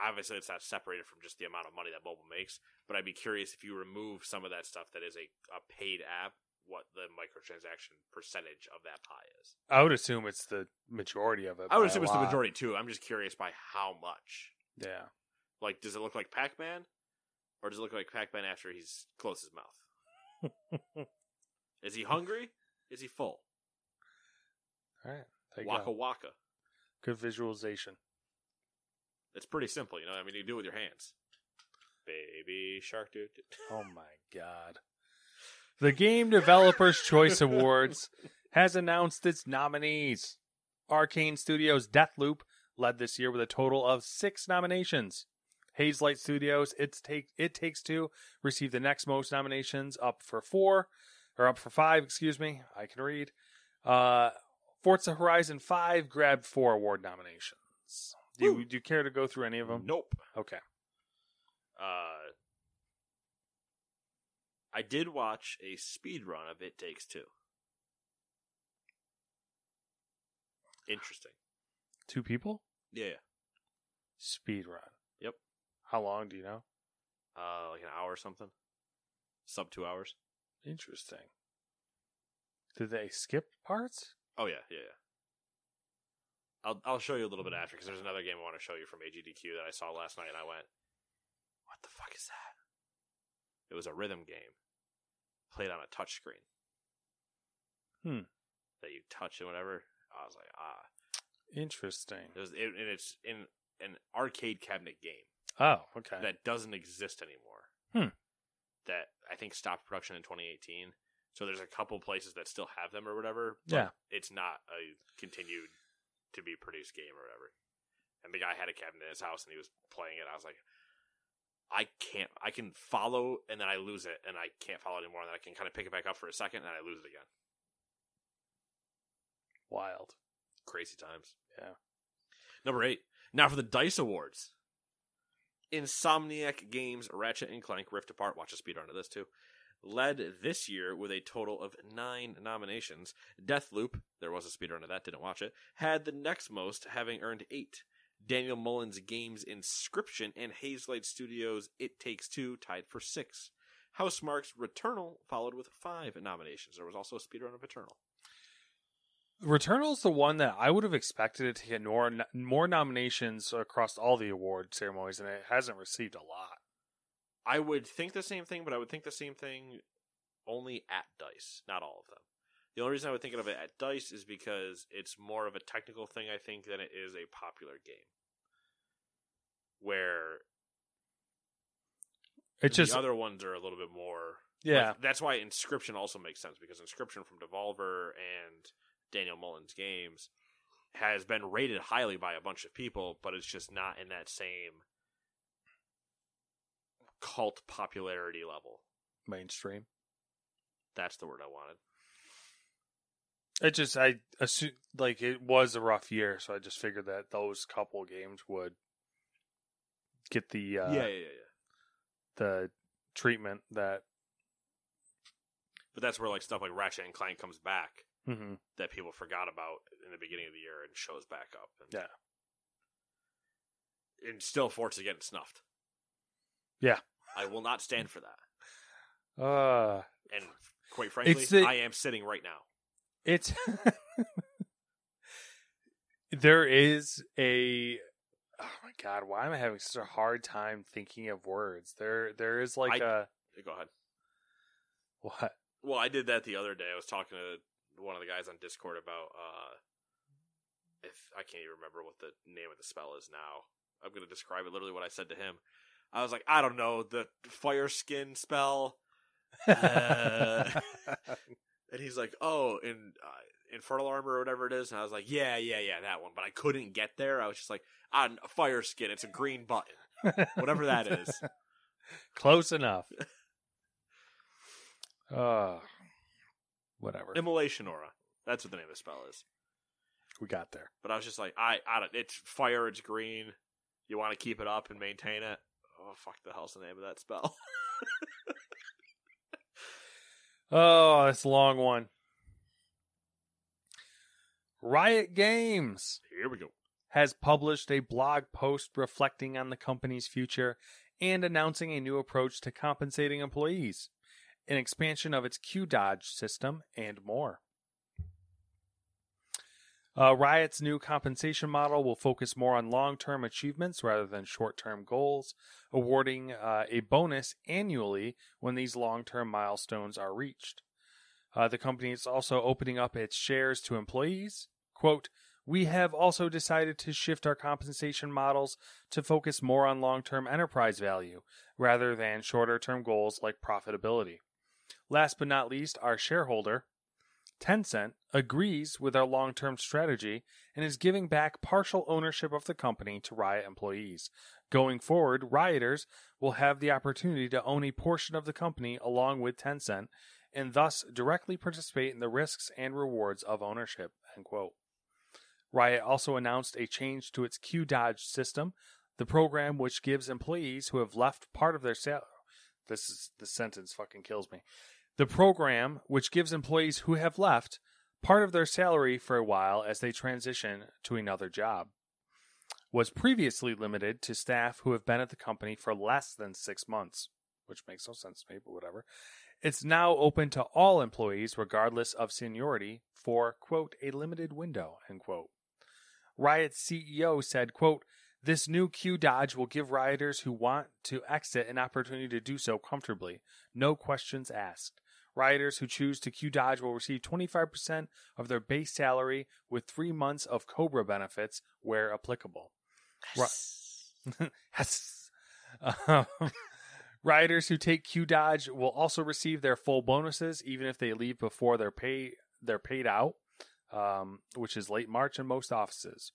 S1: obviously it's not separated from just the amount of money that mobile makes, but I'd be curious if you remove some of that stuff that is a, a paid app what the microtransaction percentage of that pie is.
S2: I would assume it's the majority of it.
S1: I would
S2: by a
S1: assume it's the
S2: lot.
S1: majority too. I'm just curious by how much.
S2: Yeah,
S1: Like, does it look like Pac Man, or does it look like Pac Man after he's closed his mouth? Is he hungry? Is he full?
S2: all right. There you
S1: Waka
S2: go.
S1: waka.
S2: Good visualization.
S1: It's pretty simple, you know. I mean, you do it with your hands. Baby shark, dude.
S2: Oh my god. The Game Developers Choice Awards has announced its nominees. Arcane Studios' Deathloop led this year with a total of six nominations. Hazelight Studios' It's Take It Takes Two received the next most nominations, up for four, or up for five, excuse me. I can read. Uh, Forza Horizon 5 grabbed four award nominations. Do you, do you care to go through any of them?
S1: Nope.
S2: Okay.
S1: Uh, I did watch a speed run of It Takes Two. Interesting.
S2: Two people?
S1: Yeah. yeah.
S2: Speed run.
S1: Yep.
S2: How long do you know?
S1: Uh, like an hour or something. Sub two hours.
S2: Interesting. Did they skip parts?
S1: Oh yeah, yeah. yeah. I'll I'll show you a little bit after because there's another game I want to show you from AGDQ that I saw last night and I went, "What the fuck is that?" It was a rhythm game played on a touch screen.
S2: Hmm.
S1: That you touch and whatever. I was like, ah,
S2: Interesting.
S1: it was, it, and it's in an arcade cabinet game
S2: Oh, okay.
S1: that doesn't exist anymore.
S2: Hmm.
S1: That I think stopped production in 2018. So there's a couple places that still have them or whatever.
S2: Yeah.
S1: It's not a continued to be produced game or whatever. And the guy had a cabinet in his house and he was playing it. I was like, I can't. I can follow and then I lose it and I can't follow it anymore. And then I can kind of pick it back up for a second and then I lose it again.
S2: Wild.
S1: Crazy times.
S2: Yeah.
S1: Number eight. Now for the Dice Awards. Insomniac Games Ratchet and Clank Rift Apart. Watch a speedrun of this too. Led this year with a total of nine nominations. Deathloop, there was a speedrun of that, didn't watch it, had the next most, having earned eight. Daniel Mullins Games Inscription and Hazelight Studios' It Takes Two tied for six. Housemark's Returnal followed with five nominations. There was also a speedrun of Eternal.
S2: Returnal's the one that I would have expected it to get more more nominations across all the award ceremonies, and it hasn't received a lot.
S1: I would think the same thing, but I would think the same thing only at Dice, not all of them. The only reason I would think of it at Dice is because it's more of a technical thing, I think, than it is a popular game. Where
S2: It's
S1: the
S2: just
S1: other ones are a little bit more.
S2: yeah,
S1: like, that's why Inscription also makes sense because Inscription from Devolver and Daniel Mullins Games has been rated highly by a bunch of people, but it's just not in that same cult popularity level.
S2: mainstream.
S1: That's the word I wanted.
S2: It just I assume like it was a rough year, so I just figured that those couple games would get the uh,
S1: yeah, yeah, yeah, yeah.
S2: the treatment that
S1: But that's where like stuff like Ratchet and Clank comes back
S2: mm-hmm.
S1: that people forgot about in the beginning of the year and shows back up. And,
S2: yeah
S1: and still Forza getting snuffed.
S2: Yeah.
S1: I will not stand for that.
S2: uh
S1: And quite frankly,
S2: It's the-
S1: I am sitting right now.
S2: it's there is a oh my god why am i having such a hard time thinking of words there there is like a
S1: I- Go ahead.
S2: what
S1: Well, I did that the other day. I was talking to one of the guys on Discord about uh if I can't even remember what the name of the spell is now. I'm gonna describe it literally what I said to him. I was like, I don't know, the fire skin spell. Uh, And he's like, "Oh, in uh, infernal armor or whatever it is." And I was like, "Yeah, yeah, yeah, that one." But I couldn't get there. I was just like, "On fire skin, it's a green button, whatever that is."
S2: close enough uh whatever
S1: Immolation aura. That's what the name of the spell is.
S2: we got there
S1: But I was just like, "I, I don't. It's fire. It's green. You want to keep it up and maintain it." Oh fuck! The hell's the name of that spell?
S2: oh it's a long one riot games
S1: Here we go.
S2: has published a blog post reflecting on the company's future and announcing a new approach to compensating employees, an expansion of its Q Dodge system, and more. Uh, Riot's new compensation model will focus more on long term achievements rather than short term goals, awarding uh, a bonus annually when these long term milestones are reached. Uh, the company is also opening up its shares to employees. Quote, we have also decided to shift our compensation models to focus more on long term enterprise value rather than shorter term goals like profitability. Last but not least, our shareholder, Tencent, agrees with our long term strategy and is giving back partial ownership of the company to Riot employees. Going forward, rioters will have the opportunity to own a portion of the company along with Tencent and thus directly participate in the risks and rewards of ownership. End quote. Riot also announced a change to its Q Dodge system, the program which gives employees who have left part of their salary. This is the sentence fucking kills me. The program which gives employees who have left part of their salary for a while as they transition to another job was previously limited to staff who have been at the company for less than six months, which makes no sense to me, but whatever. It's now open to all employees, regardless of seniority, for, quote, a limited window, end quote. Riot's CEO said, quote, this new Q Dodge will give rioters who want to exit an opportunity to do so comfortably, no questions asked. Rioters who choose to Q Dodge will receive 25% of their base salary with three months of Cobra benefits where applicable. Ri- Yes. Um, Riders who take Q Dodge will also receive their full bonuses, even if they leave before they're pay they're paid out, um, which is late March in most offices.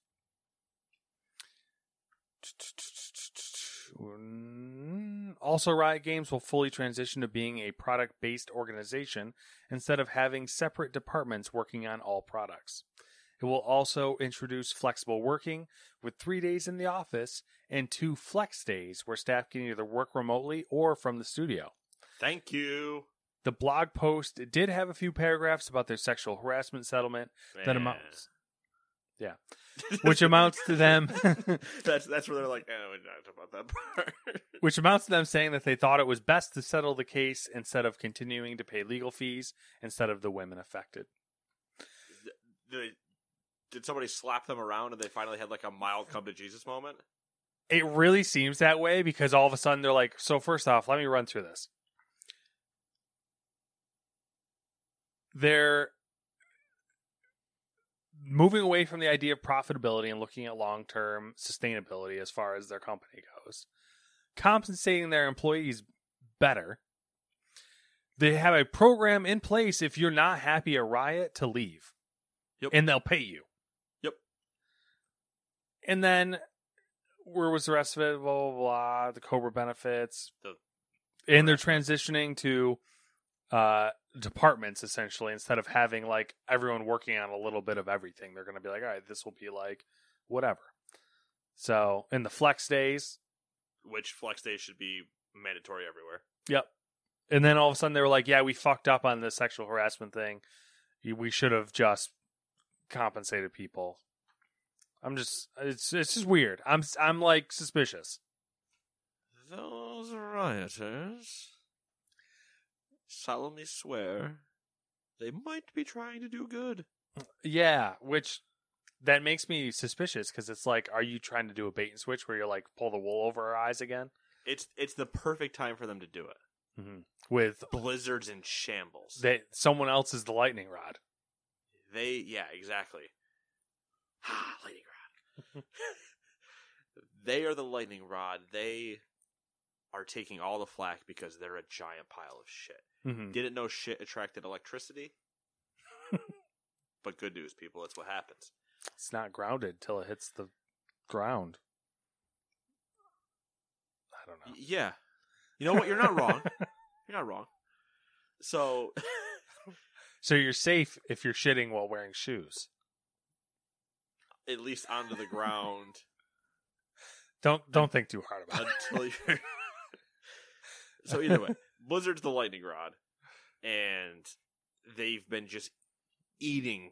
S2: Also, Riot Games will fully transition to being a product based organization instead of having separate departments working on all products. It will also introduce flexible working with three days in the office and two flex days where staff can either work remotely or from the studio.
S1: Thank you.
S2: The blog post did have a few paragraphs about their sexual harassment settlement that
S1: Man.
S2: amounts. Yeah. Which amounts to them
S1: that's that's where they're like, oh, we're not about that part.
S2: which amounts to them saying that they thought it was best to settle the case instead of continuing to pay legal fees instead of the women affected.
S1: Did they- did somebody slap them around and they finally had like a mild come to Jesus moment?
S2: it really seems that way because all of a sudden they're like, so first off, let me run through this. They're moving away from the idea of profitability and looking at long term sustainability as far as their company goes, compensating their employees better. They have a program in place if you're not happy at Riot to leave,
S1: Yep.
S2: and they'll pay you.
S1: Yep.
S2: And then where was the rest of it? Blah blah blah. The Cobra benefits,
S1: The-
S2: and they're transitioning to uh departments essentially instead of having like everyone working on a little bit of everything. They're going to be like, all right, this will be like whatever. So in the flex days,
S1: Which flex day should be mandatory everywhere.
S2: yep. And then all of a sudden they were like, yeah, we fucked up on the sexual harassment thing. We should have just compensated people. I'm just it's it's just weird. I'm I'm like suspicious.
S1: Those rioters solemnly swear they might be trying to do good.
S2: Yeah, which that makes me suspicious because it's like, are you trying to do a bait and switch where you're like pull the wool over our eyes again?
S1: It's it's the perfect time for them to do it.
S2: Mm-hmm. With
S1: Blizzards in shambles.
S2: that, someone else is the lightning rod.
S1: They yeah, exactly. Ah, lightning rod. they are the lightning rod. They are taking all the flack because they're a giant pile of shit.
S2: Mm-hmm.
S1: Didn't know shit attracted electricity. but good news, people, that's what happens.
S2: It's not grounded till it hits the ground. I don't
S1: Y-
S2: know.
S1: Yeah. You know what? You're not wrong. You're not wrong. So
S2: so you're safe if you're shitting while wearing shoes.
S1: at least onto the ground
S2: Don't don't think too hard about it.
S1: until you're So either way, Blizzard's the lightning rod, and they've been just eating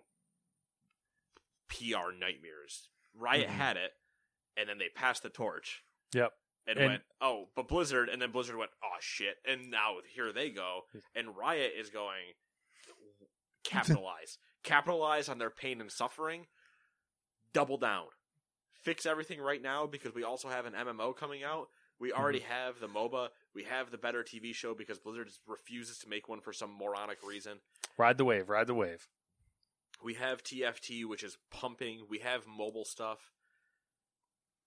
S1: PR nightmares. Riot
S2: Mhm.
S1: had it, and then they passed the torch
S2: Yep.
S1: and,
S2: And-
S1: went, "Oh, but Blizzard," and then Blizzard went, "Oh shit!" And now here they go, and Riot is going, capitalize, capitalize on their pain and suffering, double down, fix everything right now because we also have an MMO coming out. We already have the MOBA. We have the better TV show because Blizzard refuses to make one for some moronic reason.
S2: Ride the wave. Ride the wave.
S1: We have TFT, which is pumping. We have mobile stuff.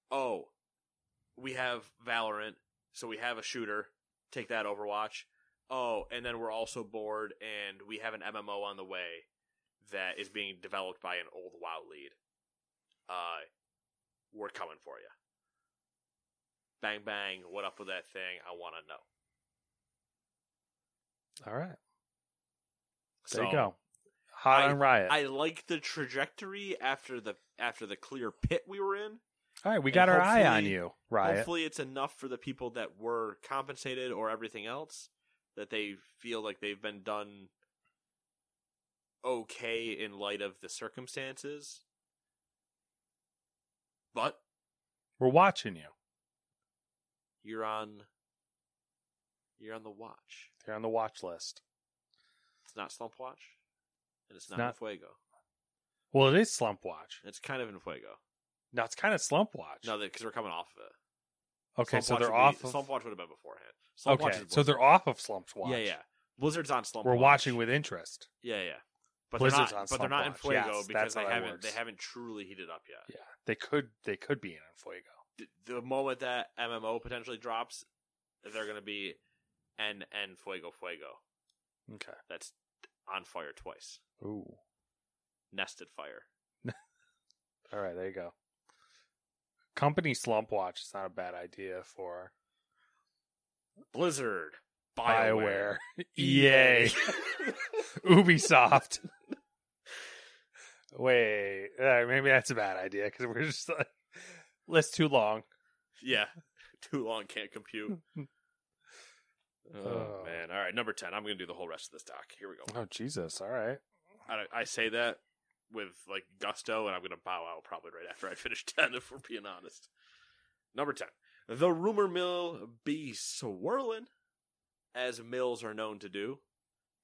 S1: Oh, we have Valorant, so we have a shooter. Take that, Overwatch. oh, and then we're also bored, and we have an MMO on the way that is being developed by an old WoW lead. Uh, we're coming for you. Bang bang! What up with that thing? I want to know.
S2: All right.
S1: So
S2: There you go. Hot
S1: I-
S2: on Riot.
S1: I like the trajectory after the after the clear pit we were in.
S2: All right, we
S1: and
S2: got our eye on
S1: hopefully-
S2: you, Riot.
S1: Hopefully, it's enough for the people that were compensated or everything else that they feel like they've been done okay in light of the circumstances. But
S2: We're watching you.
S1: you're on, you're on the watch.
S2: You're on the watch list.
S1: It's not slump watch, and it's not, in
S2: not-
S1: fuego.
S2: Well, it is slump watch.
S1: It's kind of in fuego.
S2: No, it's kind of slump watch.
S1: No, because we're coming off of it.
S2: okay,
S1: Slump
S2: so
S1: Watch
S2: they're
S1: would be-
S2: off. Of,
S1: Slump watch would have been beforehand. Slump Watch
S2: okay,
S1: is
S2: so they're
S1: Blizzard.
S2: off of slump watch.
S1: Yeah, yeah. Blizzard's on slump.
S2: We're
S1: watch.
S2: watching with interest.
S1: Yeah, yeah. But
S2: Blizzard's
S1: they're
S2: on
S1: not, but they're
S2: Slump
S1: not in
S2: Watch.
S1: Fuego
S2: Yes,
S1: because
S2: that's
S1: they
S2: how that
S1: haven't
S2: works.
S1: they haven't truly heated up yet.
S2: Yeah, they could. They could be in on Fuego.
S1: The, the moment that MMO potentially drops, they're going to be N N Fuego Fuego.
S2: Okay.
S1: That's on fire twice,
S2: Ooh.
S1: nested fire.
S2: All right, there you go. Company slump watch is not a bad idea for
S1: Blizzard,
S2: Bioware,
S1: Bioware,
S2: EA, Ubisoft. Wait, uh, maybe that's a bad idea because we're just like list too long.
S1: yeah. Too long, can't compute. Oh,
S2: Oh.
S1: man! All right, number ten. I'm going to do the whole rest of this doc. Here we go.
S2: Oh Jesus! All right,
S1: I, I say that with like gusto, and I'm going to bow out probably right after I finish 10, if we're being honest. Number 10. The rumor mill be swirling, as mills are known to do.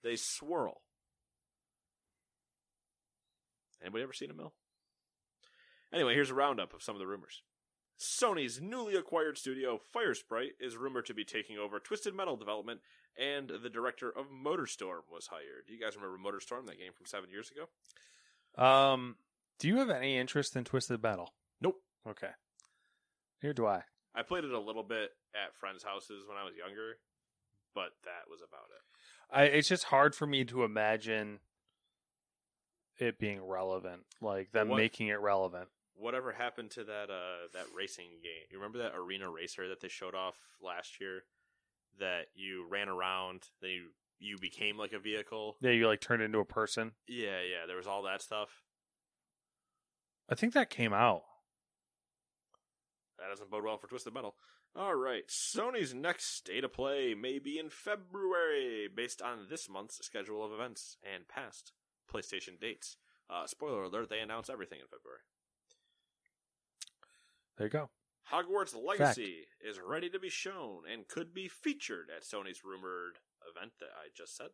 S1: They swirl. Anybody ever seen a mill? Anyway, here's a roundup of some of the rumors. Sony's newly acquired studio, Firesprite, is rumored to be taking over Twisted Metal development, and the director of Motorstorm was hired. You guys remember Motorstorm, that game from seven years ago?
S2: um, do you have any interest in Twisted Metal?
S1: Nope.
S2: Okay, here do I.
S1: I played it a little bit at friends' houses when I was younger, but that was about it.
S2: I it's just hard for me to imagine it being relevant, like them
S1: What-
S2: making it relevant.
S1: Whatever happened to that uh that racing game? You remember that arena racer that they showed off last year? That you ran around, then you you became like a vehicle.
S2: Yeah, you like turned into a person.
S1: Yeah, yeah. There was all that stuff.
S2: I think that came out.
S1: That doesn't bode well for Twisted Metal. All right, Sony's next state of play may be in February, based on this month's schedule of events and past PlayStation dates. Uh, spoiler alert: they announce everything in February.
S2: There you go.
S1: Hogwarts Legacy is ready to be shown and could be featured at Sony's rumored event that I just said.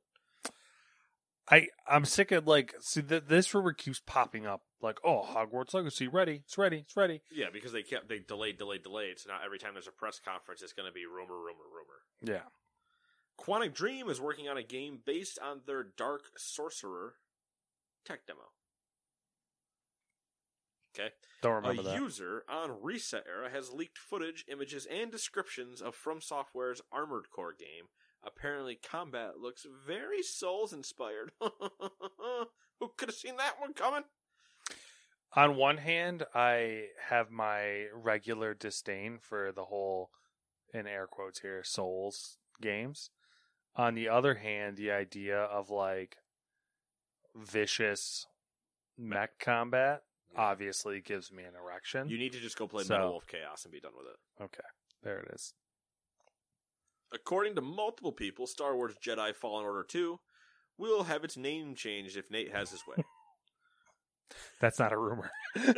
S2: I I'm sick of like see th- this rumor keeps popping up like oh Hogwarts Legacy ready it's ready it's ready
S1: Yeah, because they kept they delayed, delayed, delayed. So now every time there's a press conference, it's going to be rumor, rumor, rumor.
S2: yeah
S1: Quantic Dream is working on a game based on their Dark Sorcerer tech demo. Okay.
S2: don't remember
S1: a
S2: that
S1: user on Reset Era has leaked footage, images, and descriptions of From Software's Armored Core game. Apparently, combat looks very Souls inspired. Who could have seen that one coming?
S2: on one hand I have my regular disdain for the whole in air quotes here Souls games on the other hand the idea of like vicious mech combat obviously gives me an erection
S1: You need to just go play
S2: So-
S1: Metal Wolf Chaos and be done with it.
S2: okay there it is
S1: According to multiple people, Star Wars Jedi Fallen Order 2 will have its name changed if Nate has his way.
S2: that's not a rumor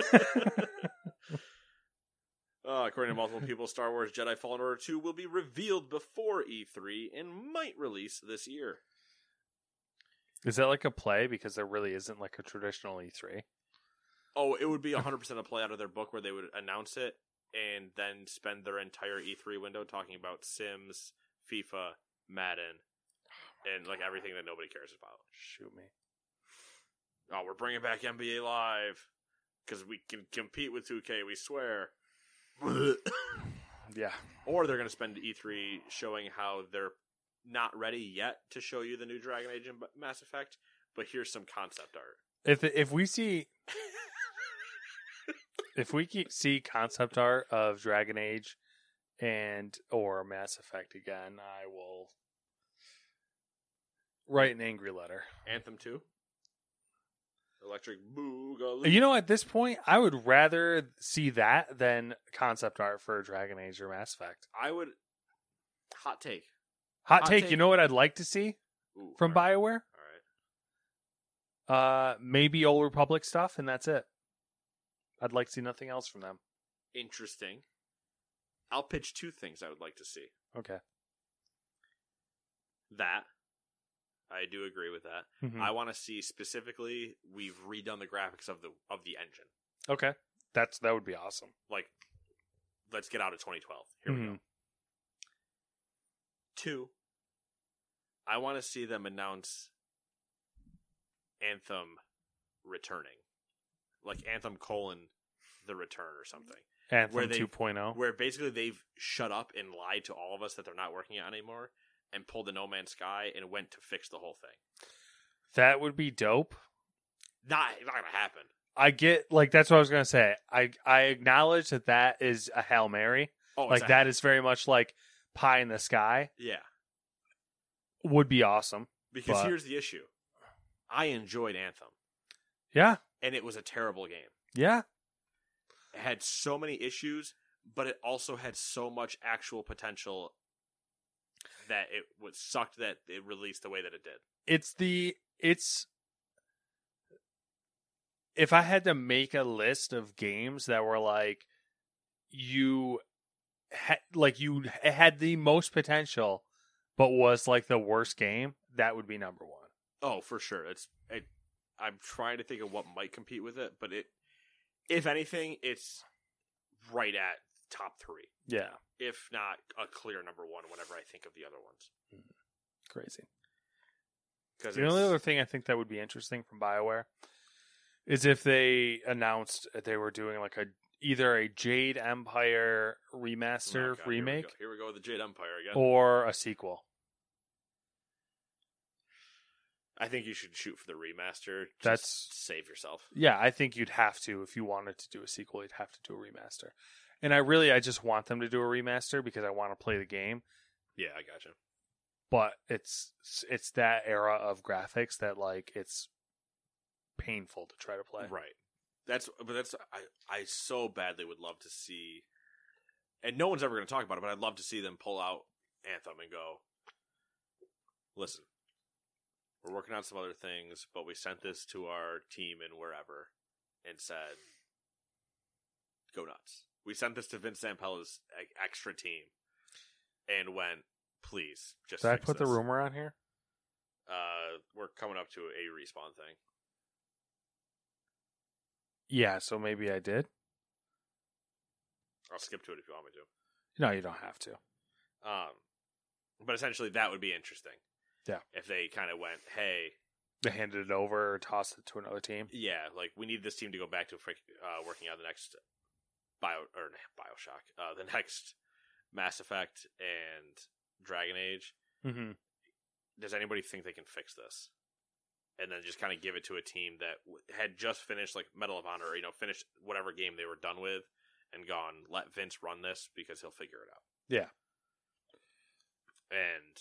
S1: Uh, according to multiple people, Star Wars Jedi Fallen Order 2 will be revealed before E3 and might release this year.
S2: Is that like a play? Because there really isn't like a traditional E E3.
S1: Oh, it would be 100% a play out of their book where they would announce it and then spend their entire E3 window talking about Sims, FIFA, Madden, and like everything that nobody cares about.
S2: Shoot me.
S1: Oh, we're bringing back NBA Live because we can compete with 2K, we swear.
S2: Yeah.
S1: or they're going to spend E3 showing E how their not ready yet to show you the new Dragon Age and Mass Effect, but here's some concept art.
S2: If if we see if we keep, see concept art of Dragon Age and or Mass Effect again, I will write an angry letter.
S1: Anthem 2. Electric Boogaloo.
S2: You know, at this point, I would rather see that than concept art for Dragon Age or Mass Effect.
S1: I would. Hot take.
S2: Hot,
S1: Hot
S2: take,
S1: take.
S2: You know what I'd like to see
S1: Ooh,
S2: from
S1: all right,
S2: Bioware?
S1: All right.
S2: Uh, maybe Old Republic stuff, and that's it. I'd like to see nothing else from them.
S1: Interesting. I'll pitch two things I would like to see.
S2: Okay.
S1: That. I do agree with that.
S2: Mhm.
S1: I want to see specifically we've redone the graphics of the of the engine.
S2: Okay. That's that would be awesome.
S1: Like let's get out of 2012. Here we go.
S2: Mhm.
S1: Two, I want to see them announce Anthem returning, like Anthem colon the return or something,
S2: Anthem oh?
S1: Where they-
S2: 2.0.
S1: where basically they've shut up and lied to all of us that they're not working on it anymore, and pulled the No Man's Sky and went to fix the whole thing.
S2: that would be dope.
S1: Not not gonna happen.
S2: I get like that's what I was gonna say. I I acknowledge that that is a hail mary.
S1: Oh,
S2: like
S1: it's a-
S2: that is very much like pie in the sky.
S1: Yeah,
S2: Would be awesome.
S1: because
S2: But-
S1: here's the issue. I enjoyed Anthem,
S2: Yeah,
S1: and it was a terrible game.
S2: yeah.
S1: It had so many issues, but it also had so much actual potential that it was sucked that it released the way that it did.
S2: It's the it's. If I had to make a list of games that were like, you, ha- like you had the most potential, but was like the worst game, that would be number one.
S1: Oh, for sure. It's it, I'm trying to think of what might compete with it, but it if anything, it's right at top 3,
S2: Yeah,
S1: if not a clear number 1 whenever I think of the other ones.
S2: crazy.
S1: Cuz
S2: The only other thing I think that would be interesting from BioWare is if they announced that they were doing like a either a Jade Empire remaster remake
S1: Oh
S2: Oh.
S1: Here we go, with the Jade Empire again.
S2: or a sequel.
S1: I think you should shoot for the remaster. Just
S2: That's-
S1: save yourself.
S2: Yeah, I think you'd have to if you wanted to do a sequel, you'd have to do a remaster. And I really I just want them to do a remaster because I want to play the game,
S1: Yeah, I gotcha.
S2: but it's it's that era of graphics that like it's painful to try to play.
S1: Right. That's but that's I I so badly would love to see, and no one's ever going to talk about it. But I'd love to see them pull out Anthem and go, listen, we're working on some other things, but we sent this to our team and wherever, and said, go nuts. We sent this to Vince Zampella's like, extra team, and went, please just.
S2: Did I
S1: fix
S2: put the
S1: this."
S2: rumor on here?
S1: Uh, we're coming up to a respawn thing.
S2: Yeah, so maybe I did.
S1: I'll skip to it if you want me to.
S2: No, you don't have to.
S1: Um, but essentially, that would be interesting.
S2: Yeah.
S1: If they kind of went, hey,
S2: they handed it over or tossed it to another team.
S1: yeah, like we need this team to go back to frick- uh, working on the next bio or nah, Bioshock, uh, the next Mass Effect and Dragon Age.
S2: Mm-hmm.
S1: Does anybody think they can fix this? And then just kind of give it to a team that w- had just finished like Medal of Honor, or, you know, finished whatever game they were done with, and gone. Let Vince run this because he'll figure it out,
S2: Yeah,
S1: and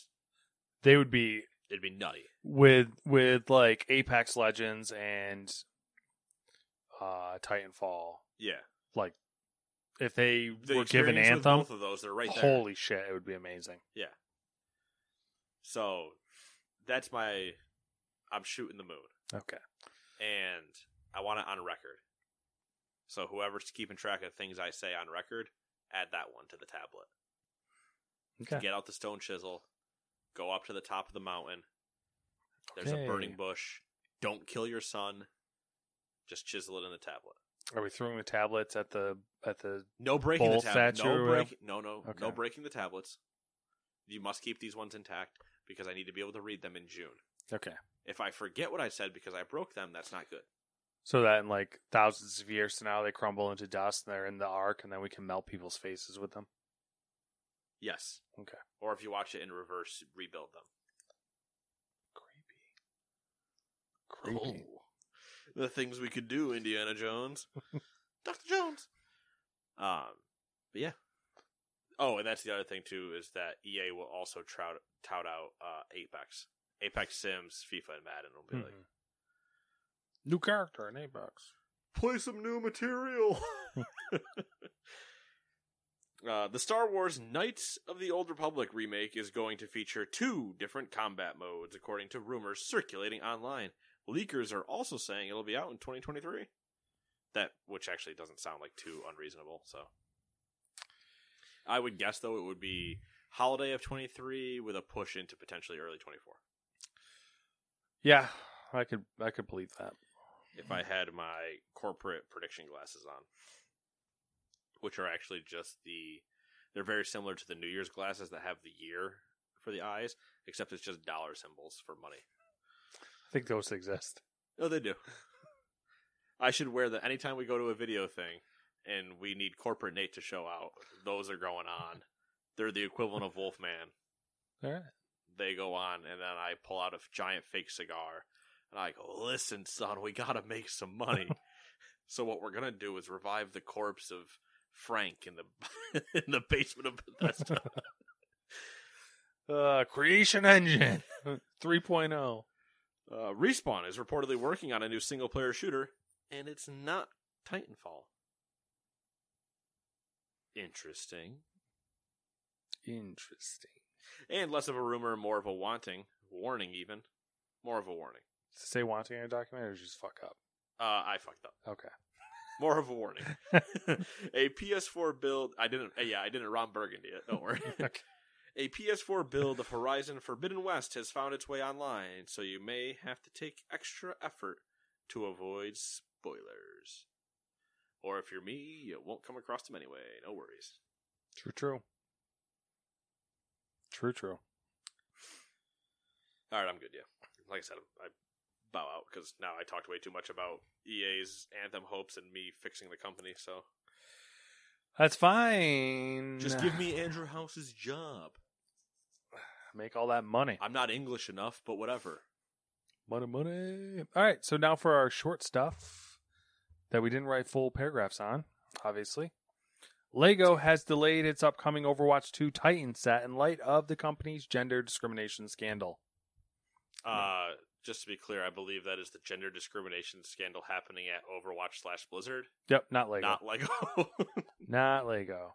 S2: they would be
S1: it'd be nutty.
S2: with with like Apex Legends and uh Titanfall.
S1: Yeah,
S2: Like if they
S1: The
S2: were given
S1: experience with
S2: Anthem,
S1: Both of those, they're right there.
S2: holy shit, it would be amazing.
S1: Yeah. So that's my I'm shooting the moon.
S2: Okay,
S1: And I want it on record. So whoever's keeping track of things I say on record, add that one to the tablet.
S2: okay,
S1: Get out the stone chisel, go up to the top of the mountain. There's a burning
S2: Okay.
S1: bush. Don't kill your son. Just chisel it in the tablet.
S2: are we throwing the tablets at the at the?
S1: No breaking
S2: Bull
S1: the tablet.
S2: statue
S1: No
S2: or
S1: break.
S2: whatever?
S1: No, no,
S2: Okay.
S1: no breaking the tablets. You must keep these ones intact because I need to be able to read them in June.
S2: Okay,
S1: If I forget what I said because I broke them, that's not good.
S2: so that in like thousands of years from now, they crumble into dust and they're in the ark, and then we can melt people's faces with them.
S1: Yes.
S2: Okay.
S1: Or if you watch it in reverse, rebuild them.
S2: Creepy. Creepy.
S1: Oh. the things we could do, Indiana Jones, Doctor Jones. Um, but yeah. Oh, and that's the other thing too is that EA will also trout, tout out uh, Apex, Apex Sims, FIFA, and Madden. Will be like,
S2: Mhm. New character in Apex.
S1: play some new material. uh, the Star Wars Knights of the Old Republic remake is going to feature two different combat modes, according to rumors circulating online. Leakers are also saying it'll be out in 2023. That, which actually doesn't sound like too unreasonable. So, I would guess though it would be holiday of 23 with a push into potentially early 24.
S2: Yeah, I could I could believe that.
S1: if I had my corporate prediction glasses on, which are actually just the they're very similar to the New Year's glasses that have the year for the eyes, except it's just dollar symbols for money.
S2: I think those exist.
S1: No, Oh, they do. I should wear that anytime we go to a video thing and we need corporate Nate to show out. Those are going on. They're the equivalent of Wolfman.
S2: All right.
S1: They go on, and then I pull out a giant fake cigar, and I go, "Listen, son, we gotta make some money." so what we're gonna do is revive the corpse of Frank in the in the basement of Bethesda.
S2: Uh, Creation Engine oh. 3.0.
S1: Uh, Respawn is reportedly working on a new single player shooter, and it's not Titanfall. Interesting.
S2: Interesting.
S1: And less of a rumor, more of a wanting. Warning, even. More of a warning.
S2: Does it say wanting in a document or just fuck up?
S1: Uh, I fucked up.
S2: Okay.
S1: More of a warning. a PS4 build. I didn't. uh, Yeah, I didn't. Ron Burgundy. it, Don't worry.
S2: okay.
S1: A PS4 build of Horizon Forbidden West has found its way online, so you may have to take extra effort to avoid spoilers. Or if you're me, you won't come across them anyway. No worries.
S2: True, true. True, true.
S1: All right, I'm good. Yeah, like I said, I bow out because now I talked way too much about EA's Anthem hopes and me fixing the company. So
S2: That's fine.
S1: just give me Andrew House's job.
S2: make all that money.
S1: I'm not English enough, but whatever.
S2: Money, money. All right. So now for our short stuff that we didn't write full paragraphs on, obviously. Lego has delayed its upcoming Overwatch 2 Titan set in light of the company's gender discrimination scandal.
S1: Uh, just to be clear, I believe that is the gender discrimination scandal happening at Overwatch slash Blizzard,
S2: Yep, not Lego.
S1: not Lego.
S2: Not Lego.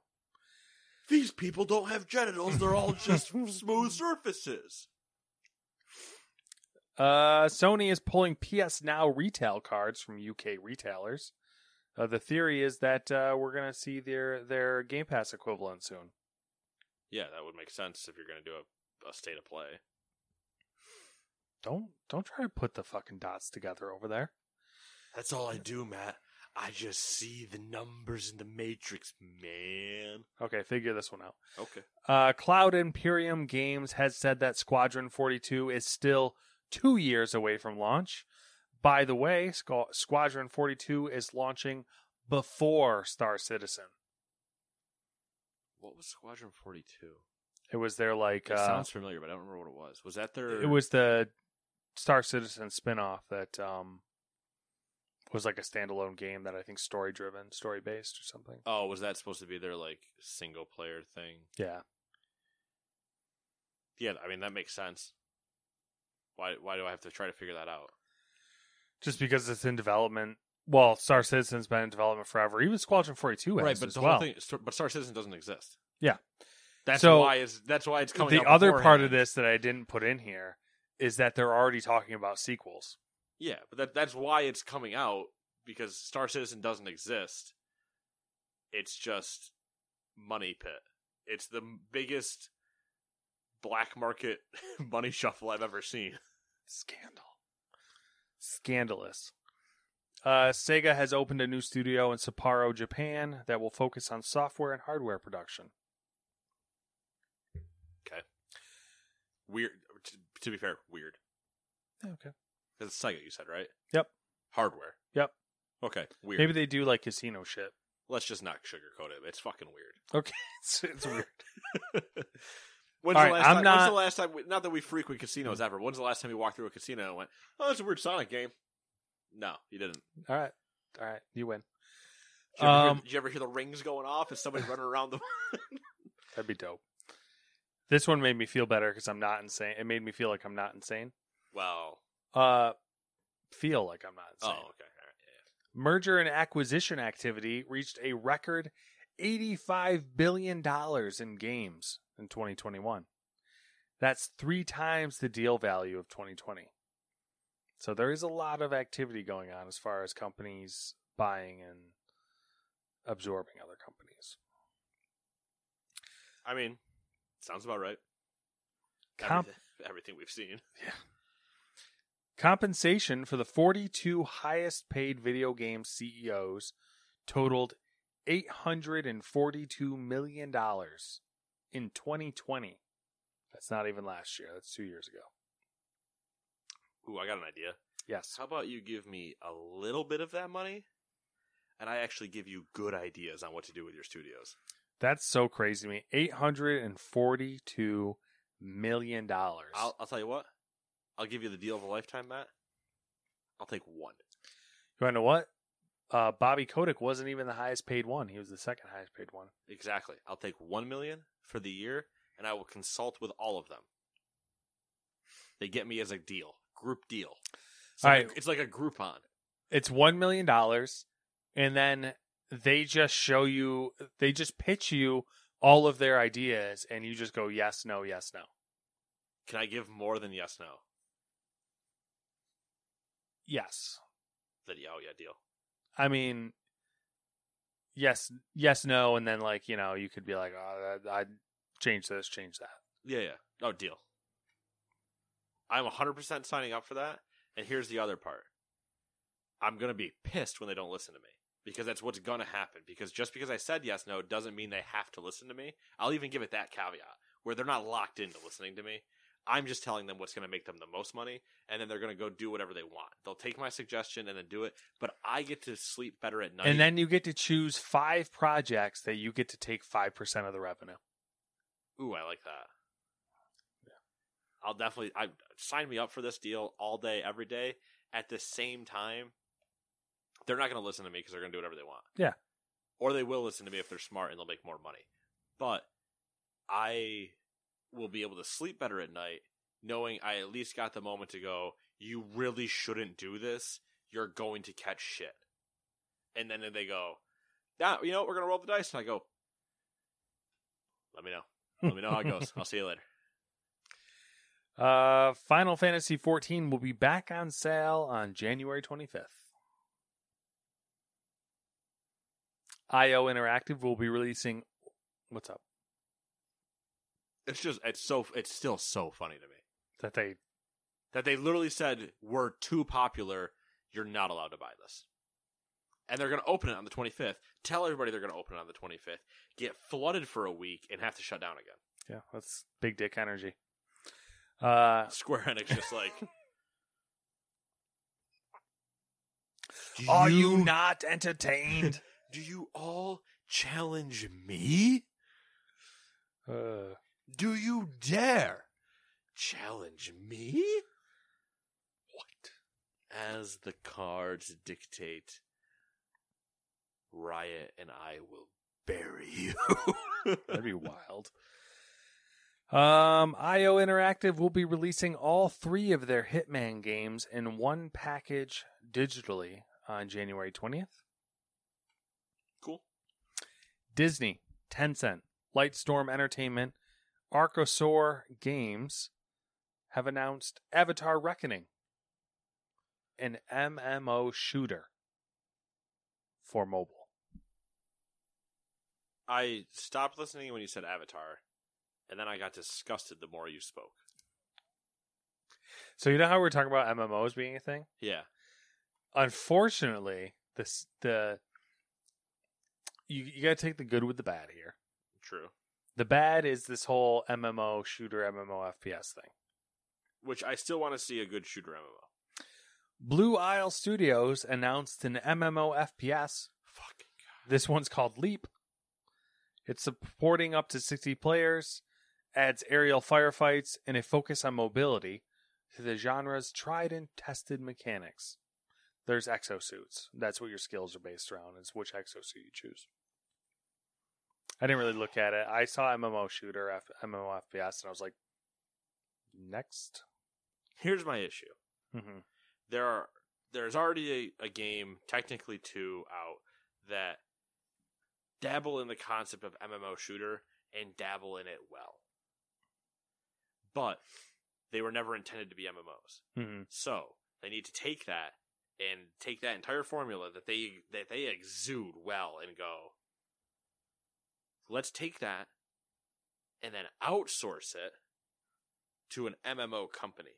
S1: These people don't have genitals; they're all just smooth surfaces.
S2: Uh, Sony is pulling PS Now retail cards from UK retailers. Uh, the theory is that uh, we're going to see their their Game Pass equivalent soon.
S1: Yeah, that would make sense if you're going to do a, a state of play.
S2: Don't don't try to put the fucking dots together over there.
S1: That's all I do, Matt. I just see the numbers in the matrix, man.
S2: Okay, figure this one out.
S1: Okay.
S2: Uh, Cloud Imperium Games has said that Squadron 42 is still two years away from launch. By the way, Squ- Squadron 42 is launching before Star Citizen.
S1: What was Squadron Forty Two?
S2: It was their like
S1: It
S2: uh,
S1: sounds familiar, but I don't remember what it was. Was that their?
S2: It was the Star Citizen spin-off that um was like a standalone game that I think story driven, story based or something.
S1: Oh, was that supposed to be their like single player thing?
S2: Yeah.
S1: Yeah, I mean that makes sense. Why why do I have to try to figure that out?
S2: Just because it's in development. Well, Star Citizen's been in development forever. Even Squadron 42 has
S1: right, but
S2: as
S1: the whole
S2: well.
S1: thing but Star Citizen doesn't exist.
S2: Yeah.
S1: That's
S2: So,
S1: why is that's why it's coming
S2: the
S1: out
S2: other part of
S1: beforehand.
S2: this that I didn't put in here is that they're already talking about sequels.
S1: Yeah, but that that's why it's coming out because Star Citizen doesn't exist. It's just money pit. It's the m- biggest black market money shuffle I've ever seen.
S2: Scandal. Scandalous. Uh, Sega has opened a new studio in Sapporo, Japan that will focus on software and hardware production.
S1: Okay. Weird to, to be fair, weird.
S2: Okay.
S1: Cuz it's Sega you said, right?
S2: Yep.
S1: Hardware.
S2: Yep.
S1: Okay, weird.
S2: Maybe they do like casino shit.
S1: Let's just not sugarcoat it. It's fucking weird.
S2: Okay, it's, it's weird.
S1: When's,
S2: All
S1: the
S2: right,
S1: last time,
S2: I'm
S1: when's
S2: not-
S1: the last time? We, not that we frequent casinos ever. When's the last time you walked through a casino and went, "Oh, that's a weird Sonic game"? No, you didn't.
S2: All right, all right, you win.
S1: Did you, ever hear,
S2: Um,
S1: did you ever hear the rings going off and somebody running around the?
S2: That'd be dope. This one made me feel better because I'm not insane. It made me feel like I'm not insane.
S1: well,
S2: Uh, feel like I'm not
S1: oh, okay,
S2: insane.
S1: all right, yeah.
S2: Merger and acquisition activity reached a record $85 billion in games in 2021. That's three times the deal value of 2020. So there is a lot of activity going on as far as companies buying and absorbing other companies.
S1: I mean, sounds about right.
S2: Comp-
S1: everything, everything we've seen.
S2: Compensation for the 42 highest paid video game CEOs totaled $842 million in 2020. That's not even last year, that's two years ago.
S1: Ooh, I got an idea.
S2: Yes.
S1: How about you give me a little bit of that money, and I actually give you good ideas on what to do with your studios?
S2: That's so crazy to me. $842 million.
S1: I'll, I'll tell you what. I'll give you the deal of a lifetime, Matt. I'll take one.
S2: You want to know what? Uh, Bobby Kotick wasn't even the highest paid one, he was the second highest paid one.
S1: Exactly. I'll take one million for the year, and I will consult with all of them. They get me as a deal, group deal. It's
S2: All
S1: like
S2: right.
S1: a, it's like a Groupon.
S2: it's one million dollars, and then they just show you, they just pitch you all of their ideas, and you just go yes, no, yes, no,
S1: Can I give more than yes, no?
S2: yes.
S1: Then yeah, oh yeah, deal.
S2: I mean, yes, yes, no, and then like you know, you could be like, oh, I I'd change this, change that.
S1: Yeah, yeah. Oh, deal. I'm 100% signing up for that. And here's the other part I'm going to be pissed when they don't listen to me because that's what's going to happen. Because just because I said yes, no, doesn't mean they have to listen to me. I'll even give it that caveat where they're not locked into listening to me. I'm just telling them what's going to make them the most money, and then they're going to go do whatever they want. They'll take my suggestion and then do it, but I get to sleep better at night.
S2: And then you get to choose five projects that you get to take five percent of the revenue.
S1: Ooh, I like that. I'll definitely I sign me up for this deal all day, every day. At the same time, they're not going to listen to me because they're going to do whatever they want.
S2: Yeah.
S1: Or they will listen to me if they're smart and they'll make more money. But I will be able to sleep better at night knowing I at least got the moment to go, you really shouldn't do this. You're going to catch shit. And then they go, nah, you know, what? we're going to roll the dice. And I go, let me know. Let me know how it goes. I'll see you later.
S2: Uh, Final Fantasy XIV will be back on sale on January 25th. IO Interactive will be releasing. What's up?
S1: It's just it's so it's still so funny to me
S2: That they.
S1: that they literally said we're too popular. You're not allowed to buy this, and they're going to open it on the 25th. Tell everybody they're going to open it on the 25th. Get flooded for a week and have to shut down again.
S2: Yeah, that's big dick energy. Uh,
S1: Square Enix just like. Do
S2: Are you not entertained?
S1: Do you all challenge me?
S2: uh,
S1: Do you dare challenge me? What? As the cards dictate, Riot and I will bury you.
S2: That'd be wild. Um, IO Interactive will be releasing all three of their Hitman games in one package digitally on January 20th.
S1: cool.
S2: Disney, Tencent, Lightstorm Entertainment, Arcosaur Games have announced Avatar Reckoning, an MMO shooter for mobile.
S1: I stopped listening when you said Avatar, and then I got disgusted the more you spoke.
S2: So you know how we are talking about MMOs being a thing?
S1: Yeah.
S2: Unfortunately, this the you you got to take the good with the bad here.
S1: True.
S2: The bad is this whole MMO shooter MMO FPS thing.
S1: Which I still want to see a good shooter MMO.
S2: Blue Isle Studios announced an MMO FPS
S1: Fucking God.
S2: This one's called Leap. It's supporting up to 60 players, adds aerial firefights, and a focus on mobility to the genre's tried and tested mechanics. There's exosuits. That's what your skills are based around, is which exosuit you choose. I didn't really look at it. I saw MMO Shooter, F- MMO FPS, and I was like, next.
S1: Here's my issue.
S2: Mm-hmm.
S1: there are there's already a, a game technically two out that dabble in the concept of MMO shooter and dabble in it well. But they were never intended to be MMOs.
S2: Mm-hmm.
S1: So, they need to take that and take that entire formula that they that they exude well and go let's take that and then outsource it to an MMO company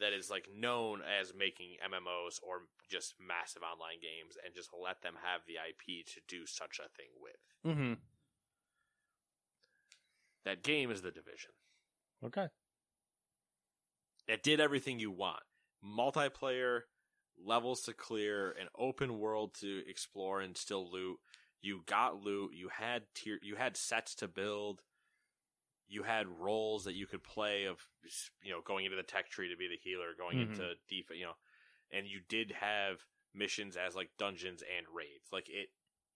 S1: that is like known as making MMOs or just massive online games and just let them have the IP to do such a thing with.
S2: Mm-hmm.
S1: That game is the division.
S2: Okay.
S1: It did everything you want. Multiplayer, levels to clear, an open world to explore and still loot. You got loot, you had tier you had sets to build. You had roles that you could play of you know going into the tech tree to be the healer, going
S2: Mhm.
S1: into deep, you know, and you did have missions as like dungeons and raids. Like it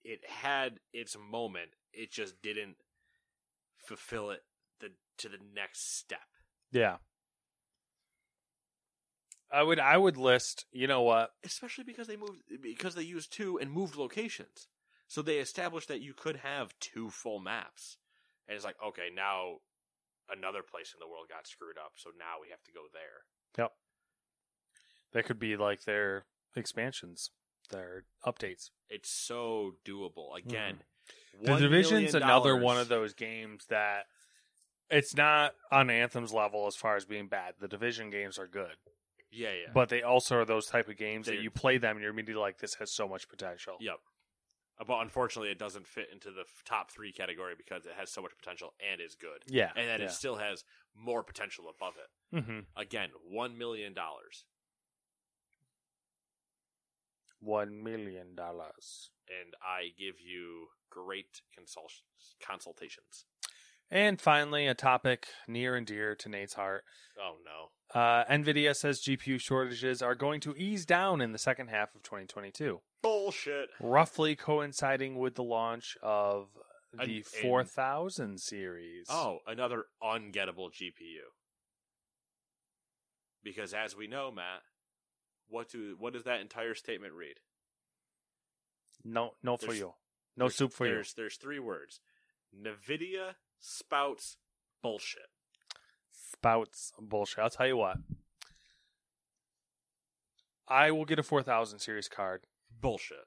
S1: it had its moment. It just didn't fulfill it the to the next step.
S2: Yeah. I would I would list, you know what?
S1: especially because they moved because they used two and moved locations. So they established that you could have two full maps. And it's like, okay, now another place in the world got screwed up, so now we have to go there.
S2: Yep. That could be like their expansions, their updates.
S1: It's so doable. Again,
S2: The
S1: $1
S2: Division's
S1: million
S2: Mm-hmm. another one of those games that it's not on Anthem's level as far as being bad. The Division games are good,
S1: Yeah, yeah.
S2: but they also are those type of games that
S1: They're-
S2: you play them and you're immediately like, this has so much potential.
S1: yep. Uh, But unfortunately, it doesn't fit into the f- top three category because it has so much potential and is good.
S2: Yeah.
S1: And then
S2: yeah.
S1: it still has more potential above it.
S2: hmm
S1: Again, $1 million.
S2: One million dollars.
S1: and I give you great consul- consultations.
S2: And finally, a topic near and dear to Nate's heart.
S1: Oh no.
S2: Uh, NVIDIA says GPU shortages are going to ease down in the second half of 2022,
S1: Bullshit.
S2: roughly coinciding with the launch of
S1: An-
S2: the
S1: an-
S2: 4000 series.
S1: Oh, another ungettable GPU. Because as we know, Matt, what do what does that entire statement read?
S2: no, no for
S1: There's-
S2: you. No
S1: There's-
S2: soup for you.
S1: there's, There's three words. Nvidia spouts bullshit.
S2: Spouts bullshit. I'll tell you what. I will get a 4000 series card,
S1: Bullshit.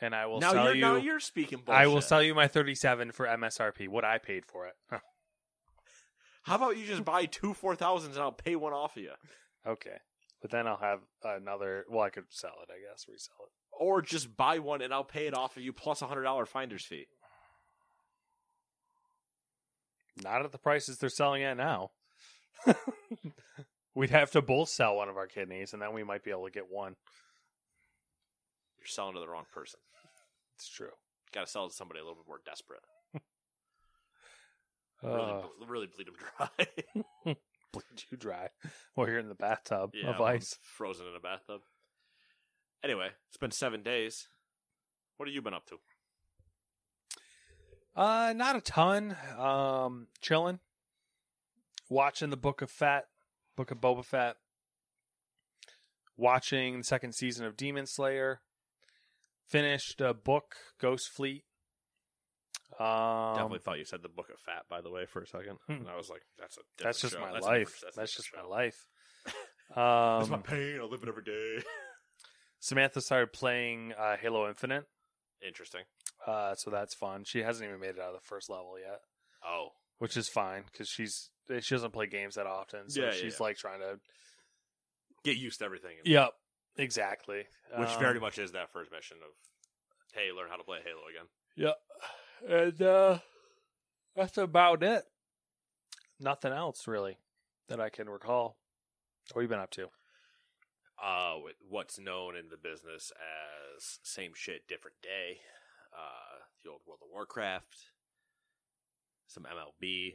S2: and I will
S1: now
S2: sell
S1: you're
S2: you.
S1: now you're speaking bullshit.
S2: I will sell you my 37 for MSRP. What I paid for it. Huh.
S1: How about you just buy two four thousands and I'll pay one off of you,
S2: okay, but then I'll have another. Well, I could sell it. I guess resell it.
S1: or just buy one and I'll pay it off of you plus a hundred dollar finder's fee.
S2: Not at the prices they're selling at now. We'd have to both sell one of our kidneys, and then we might be able to get one.
S1: You're selling to the wrong person.
S2: It's true.
S1: Got to sell to somebody a little bit more desperate.
S2: Uh,
S1: Really, ble- really bleed them dry.
S2: bleed you dry while you're in the bathtub
S1: yeah,
S2: of
S1: well,
S2: ice.
S1: frozen in a bathtub. Anyway, it's been seven days. What have you been up to?
S2: Uh, not a ton. Um, chilling, watching the Book of Fat, Book of Boba Fett, watching the second season of Demon Slayer. Finished a book, Ghost Fleet. Um,
S1: Definitely thought you said the Book of Fat, by the way, for a second,
S2: Hmm.
S1: and I was like, "That's a different
S2: that's just
S1: show.
S2: my
S1: That's a
S2: life.
S1: different- a
S2: that's just
S1: different
S2: my
S1: show.
S2: life.
S1: That's my
S2: Um,
S1: pain. I live it every day.
S2: Samantha started playing uh, Halo Infinite,
S1: Interesting.
S2: uh, so that's fun. She hasn't even made it out of the first level yet,
S1: Oh,
S2: which is fine because she's eh, she doesn't play games that often, so
S1: Yeah, yeah,
S2: she's
S1: yeah.
S2: like trying to.
S1: get used to everything.
S2: Yep, exactly.
S1: which
S2: Um,
S1: very much is that first mission of, "Hey, learn how to play Halo again."
S2: Yep, and uh, that's about it. Nothing else really that I can recall. What have you been up to?
S1: uh, with what's known in the business as same shit, different day. uh, the old World of Warcraft, some MLB.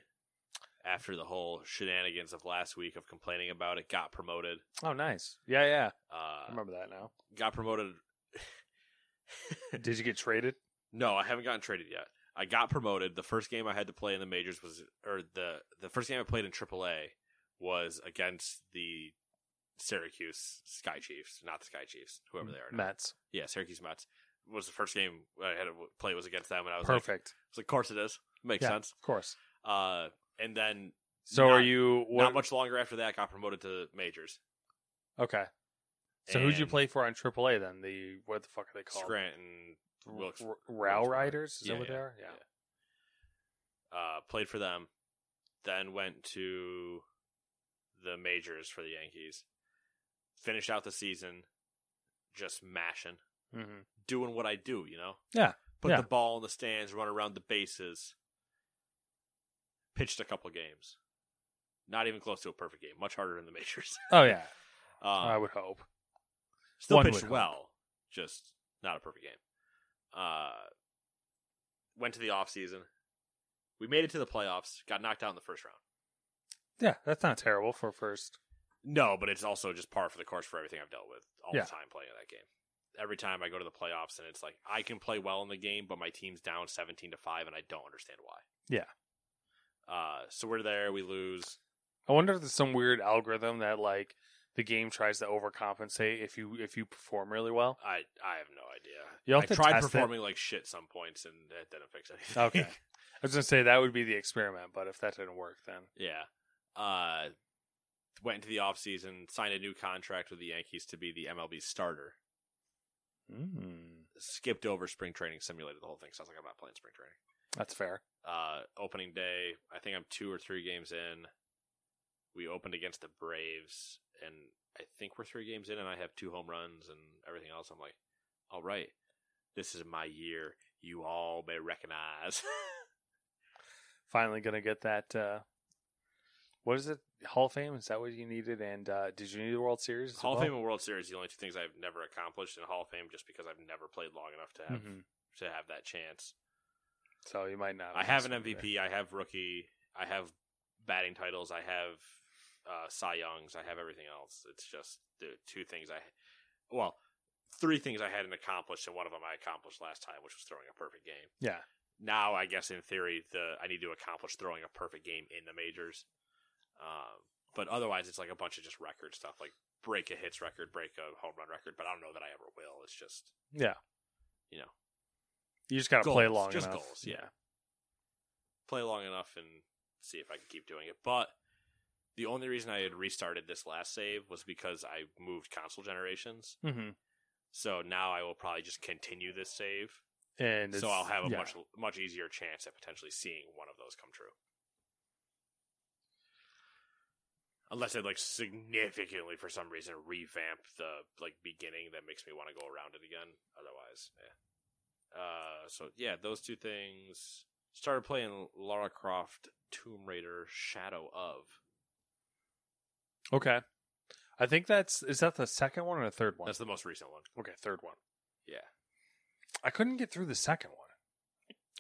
S1: After the whole shenanigans of last week of complaining about it, got promoted.
S2: Oh, nice. Yeah, yeah. I
S1: Uh,
S2: remember that now.
S1: got promoted.
S2: Did you get traded?
S1: No, I haven't gotten traded yet. I got promoted. The first game I had to play in the majors was, or the the first game I played in AAA was against the Syracuse Sky Chiefs, not the Sky Chiefs, whoever they are. Now.
S2: Mets.
S1: Yeah, Syracuse Mets was the first game I had to w- play was against them, and I was like,
S2: Perfect.
S1: I was like, of course it is, makes
S2: Yeah,
S1: sense.
S2: Of course.
S1: Uh, and then
S2: So
S1: Not-
S2: are you? What,
S1: not much longer after that, I got promoted to majors.
S2: Okay. So who'd you
S1: And
S2: play for on AAA then? The what the fuck are they called?
S1: Scranton
S2: R-
S1: Wilkes-
S2: R- Row
S1: Wilkes-Barre.
S2: Riders? Is
S1: Yeah,
S2: that what
S1: yeah,
S2: they are? Yeah.
S1: uh, played for them, then went to the majors for the Yankees, finished out the season just mashing,
S2: hmm
S1: doing what I do, you know?
S2: Yeah,
S1: Put
S2: yeah.
S1: the ball in the stands, run around the bases, pitched a couple games. Not even close to a perfect game, much harder in the majors.
S2: Oh yeah.
S1: Um,
S2: I would hope.
S1: still
S2: one
S1: pitched
S2: would hope.
S1: well, just not a perfect game. Uh, went to the offseason. We made it to the playoffs, got knocked out in the first round.
S2: Yeah, that's not terrible for first.
S1: No, but it's also just par for the course for everything I've dealt with all
S2: Yeah.
S1: the time playing that game. Every time I go to the playoffs and it's like I can play well in the game, but my team's down seventeen to five, and I don't understand why.
S2: Yeah.
S1: Uh, so we're there, we lose.
S2: I wonder if there's some weird algorithm that like the game tries to overcompensate if you if you perform really well.
S1: I I have no idea.
S2: You'll
S1: I
S2: have to
S1: tried
S2: test it.
S1: performing like shit some points, and that didn't fix anything.
S2: Okay. I was gonna say that would be the experiment, but if that didn't work, then
S1: Yeah. Uh went into the offseason, signed a new contract with the Yankees to be the MLB starter. Hmm.
S2: mm,
S1: Skipped over spring training, simulated the whole thing. So I was like, I'm not playing spring training.
S2: that's fair.
S1: Uh opening day, I think I'm two or three games in. We opened against the Braves and I think we're three games in and I have two home runs and everything else. I'm like, all right, this is my year. You all may recognize.
S2: Finally, gonna get that. Uh, what is it? Hall of Fame? Is that what you needed? And uh, did you need the World Series? as
S1: Hall of
S2: well?
S1: Fame and World Series are the only two things I've never accomplished in Hall of Fame just because I've never played long enough to have
S2: Mhm.
S1: to have that chance.
S2: So you might not.
S1: I have an
S2: missed it.
S1: MVP, I have rookie, I have batting titles, I have uh, Cy Youngs, I have everything else. It's just the two things I, well, three things I hadn't accomplished, and one of them I accomplished last time, which was throwing a perfect game.
S2: Yeah.
S1: Now I guess in theory the I need to accomplish throwing a perfect game in the majors, um, but otherwise it's like a bunch of just record stuff, like break a hits record, break a home run record. But I don't know that I ever will. It's just
S2: Yeah.
S1: you know
S2: You just gotta play
S1: Goals,
S2: long
S1: just
S2: enough.
S1: goals, yeah. play long enough and see if I can keep doing it. But the only reason I had restarted this last save was because I moved console generations.
S2: Mm-hmm.
S1: So now I will probably just continue this save.
S2: And
S1: so
S2: it's-
S1: I'll have a
S2: yeah.
S1: much much easier chance at potentially seeing one of those come true. Unless I like significantly for some reason revamp the like beginning that makes me want to go around it again. Otherwise, yeah. Uh, so yeah, those two things. Started playing Lara Croft Tomb Raider Shadow of.
S2: Okay. I think that's is that the second one or the third one?
S1: That's the most recent one.
S2: okay, third one.
S1: Yeah,
S2: I couldn't get through the second one.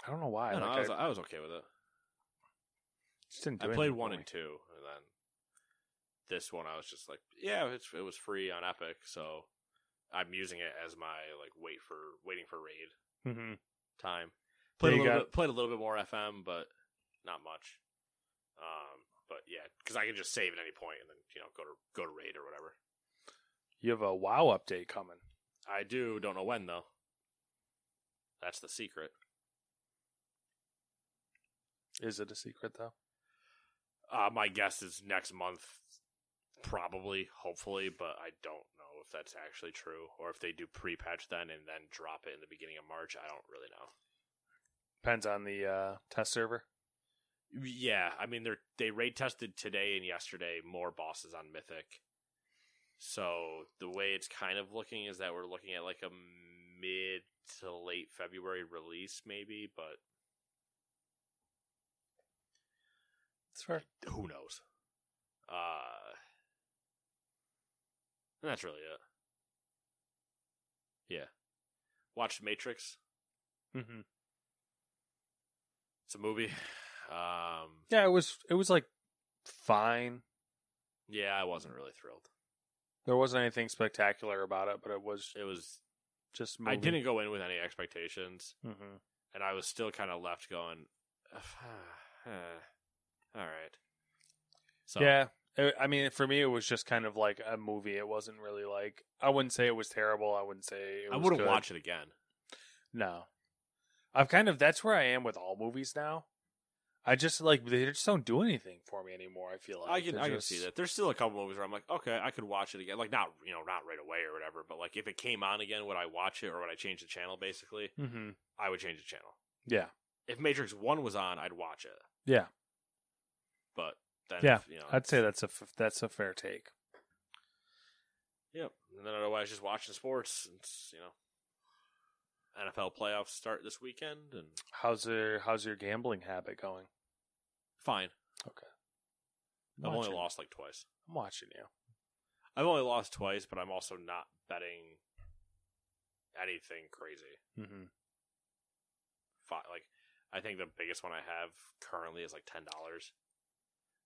S2: I don't know why.
S1: I, don't know,
S2: like,
S1: I was
S2: I
S1: I was okay with it.
S2: just didn't
S1: I
S2: do
S1: played
S2: anything
S1: one
S2: for
S1: and
S2: me.
S1: two, and then this one I was just like, yeah, it's, it was free on Epic, so I'm using it as my like wait for waiting for raid
S2: Mhm.
S1: time. Played
S2: you
S1: a little
S2: got-
S1: bit, played a little bit more FM, but not much. Um, but yeah, because I can just save at any point and then you know go to go to raid or whatever.
S2: You have a WoW update coming.
S1: I do, don't know when though. That's the secret.
S2: Is it a secret though?
S1: Uh, my guess is next month, probably, hopefully, but I don't know if that's actually true or if they do pre-patch then and then drop it in the beginning of March. I don't really know.
S2: Depends on the uh, test server.
S1: Yeah, I mean they are they raid tested today and yesterday more bosses on Mythic. So the way it's kind of looking is that we're looking at like a mid to late February release, maybe, but
S2: That's fair.
S1: who knows? Uh, and that's really it. Yeah, watched Matrix.
S2: Mm-hmm.
S1: It's a movie. Um,
S2: Yeah, it was. It was like fine.
S1: yeah, I wasn't really thrilled.
S2: There wasn't anything spectacular about it, but it was
S1: It was.
S2: just.
S1: I didn't go in with any expectations,
S2: Mm-hmm.
S1: and I was still kind of left going, all right. So
S2: Yeah, I- I mean, for me, it was just kind of like a movie. It wasn't really like I wouldn't say it was terrible. I wouldn't say it
S1: I
S2: was
S1: wouldn't
S2: good.
S1: watch it again.
S2: No, I've kind of that's where I am with all movies now. I just like they just don't do anything for me anymore. I feel like
S1: I can
S2: They're
S1: I can
S2: just-
S1: see that. There's still a couple movies where I'm like, okay, I could watch it again. Like not you know not right away or whatever, but like if it came on again, would I watch it or would I change the channel? Basically,
S2: Mhm.
S1: I would change the channel.
S2: Yeah,
S1: If Matrix One was on, I'd watch it.
S2: yeah,
S1: But then
S2: yeah.
S1: if, you know,
S2: I'd say that's a f- that's a fair take.
S1: Yep. And then otherwise, just watching sports. It's, you know, NFL playoffs start this weekend, and
S2: How's your how's your gambling habit going?
S1: fine.
S2: Okay,
S1: I've only
S2: Watching.
S1: lost like twice.
S2: I'm watching you.
S1: I've only lost twice, but I'm also not betting anything crazy.
S2: Mm-hmm.
S1: Fi like, I think the biggest one I have currently is like ten dollars,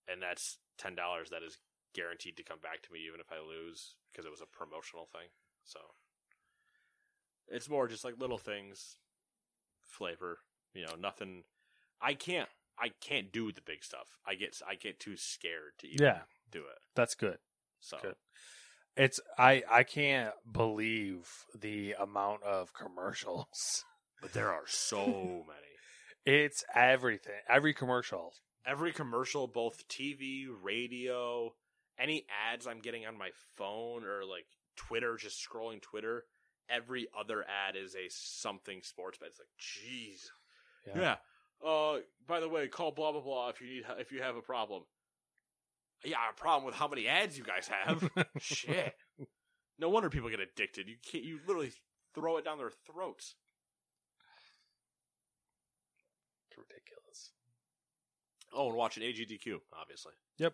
S1: and that's ten dollars that is guaranteed to come back to me even if I lose because it was a promotional thing. So it's more just like little things, flavor. You know, nothing. I can't. I can't do the big stuff. I get. I get too scared to even
S2: Yeah.
S1: do it.
S2: That's good.
S1: So
S2: Good. It's I I can't believe the amount of commercials.
S1: But there are so many.
S2: It's everything. Every commercial.
S1: Every commercial, both TV, radio, any ads I'm getting on my phone or like Twitter, just scrolling Twitter, every other ad is a something sports bet. It's like, jeez. Yeah. Uh, by the way, call blah blah blah if you need if you have a problem. Yeah, a problem with how many ads you guys have. Shit. No wonder people get addicted. You can't. You literally throw it down their throats.
S2: It's ridiculous.
S1: Oh, and watching AGDQ, obviously.
S2: Yep.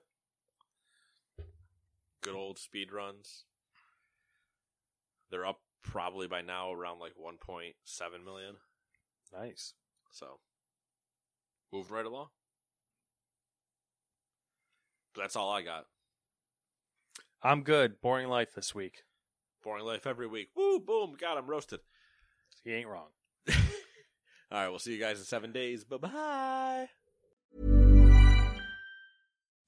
S1: good old speed runs. They're up probably by now around like 1.7 million.
S2: Nice.
S1: So, moving right along. But that's all I got.
S2: I'm good. Boring life this week.
S1: Boring life every week. Woo, boom, got him roasted.
S2: He ain't wrong.
S1: all right, we'll see you guys in seven days. Bye bye.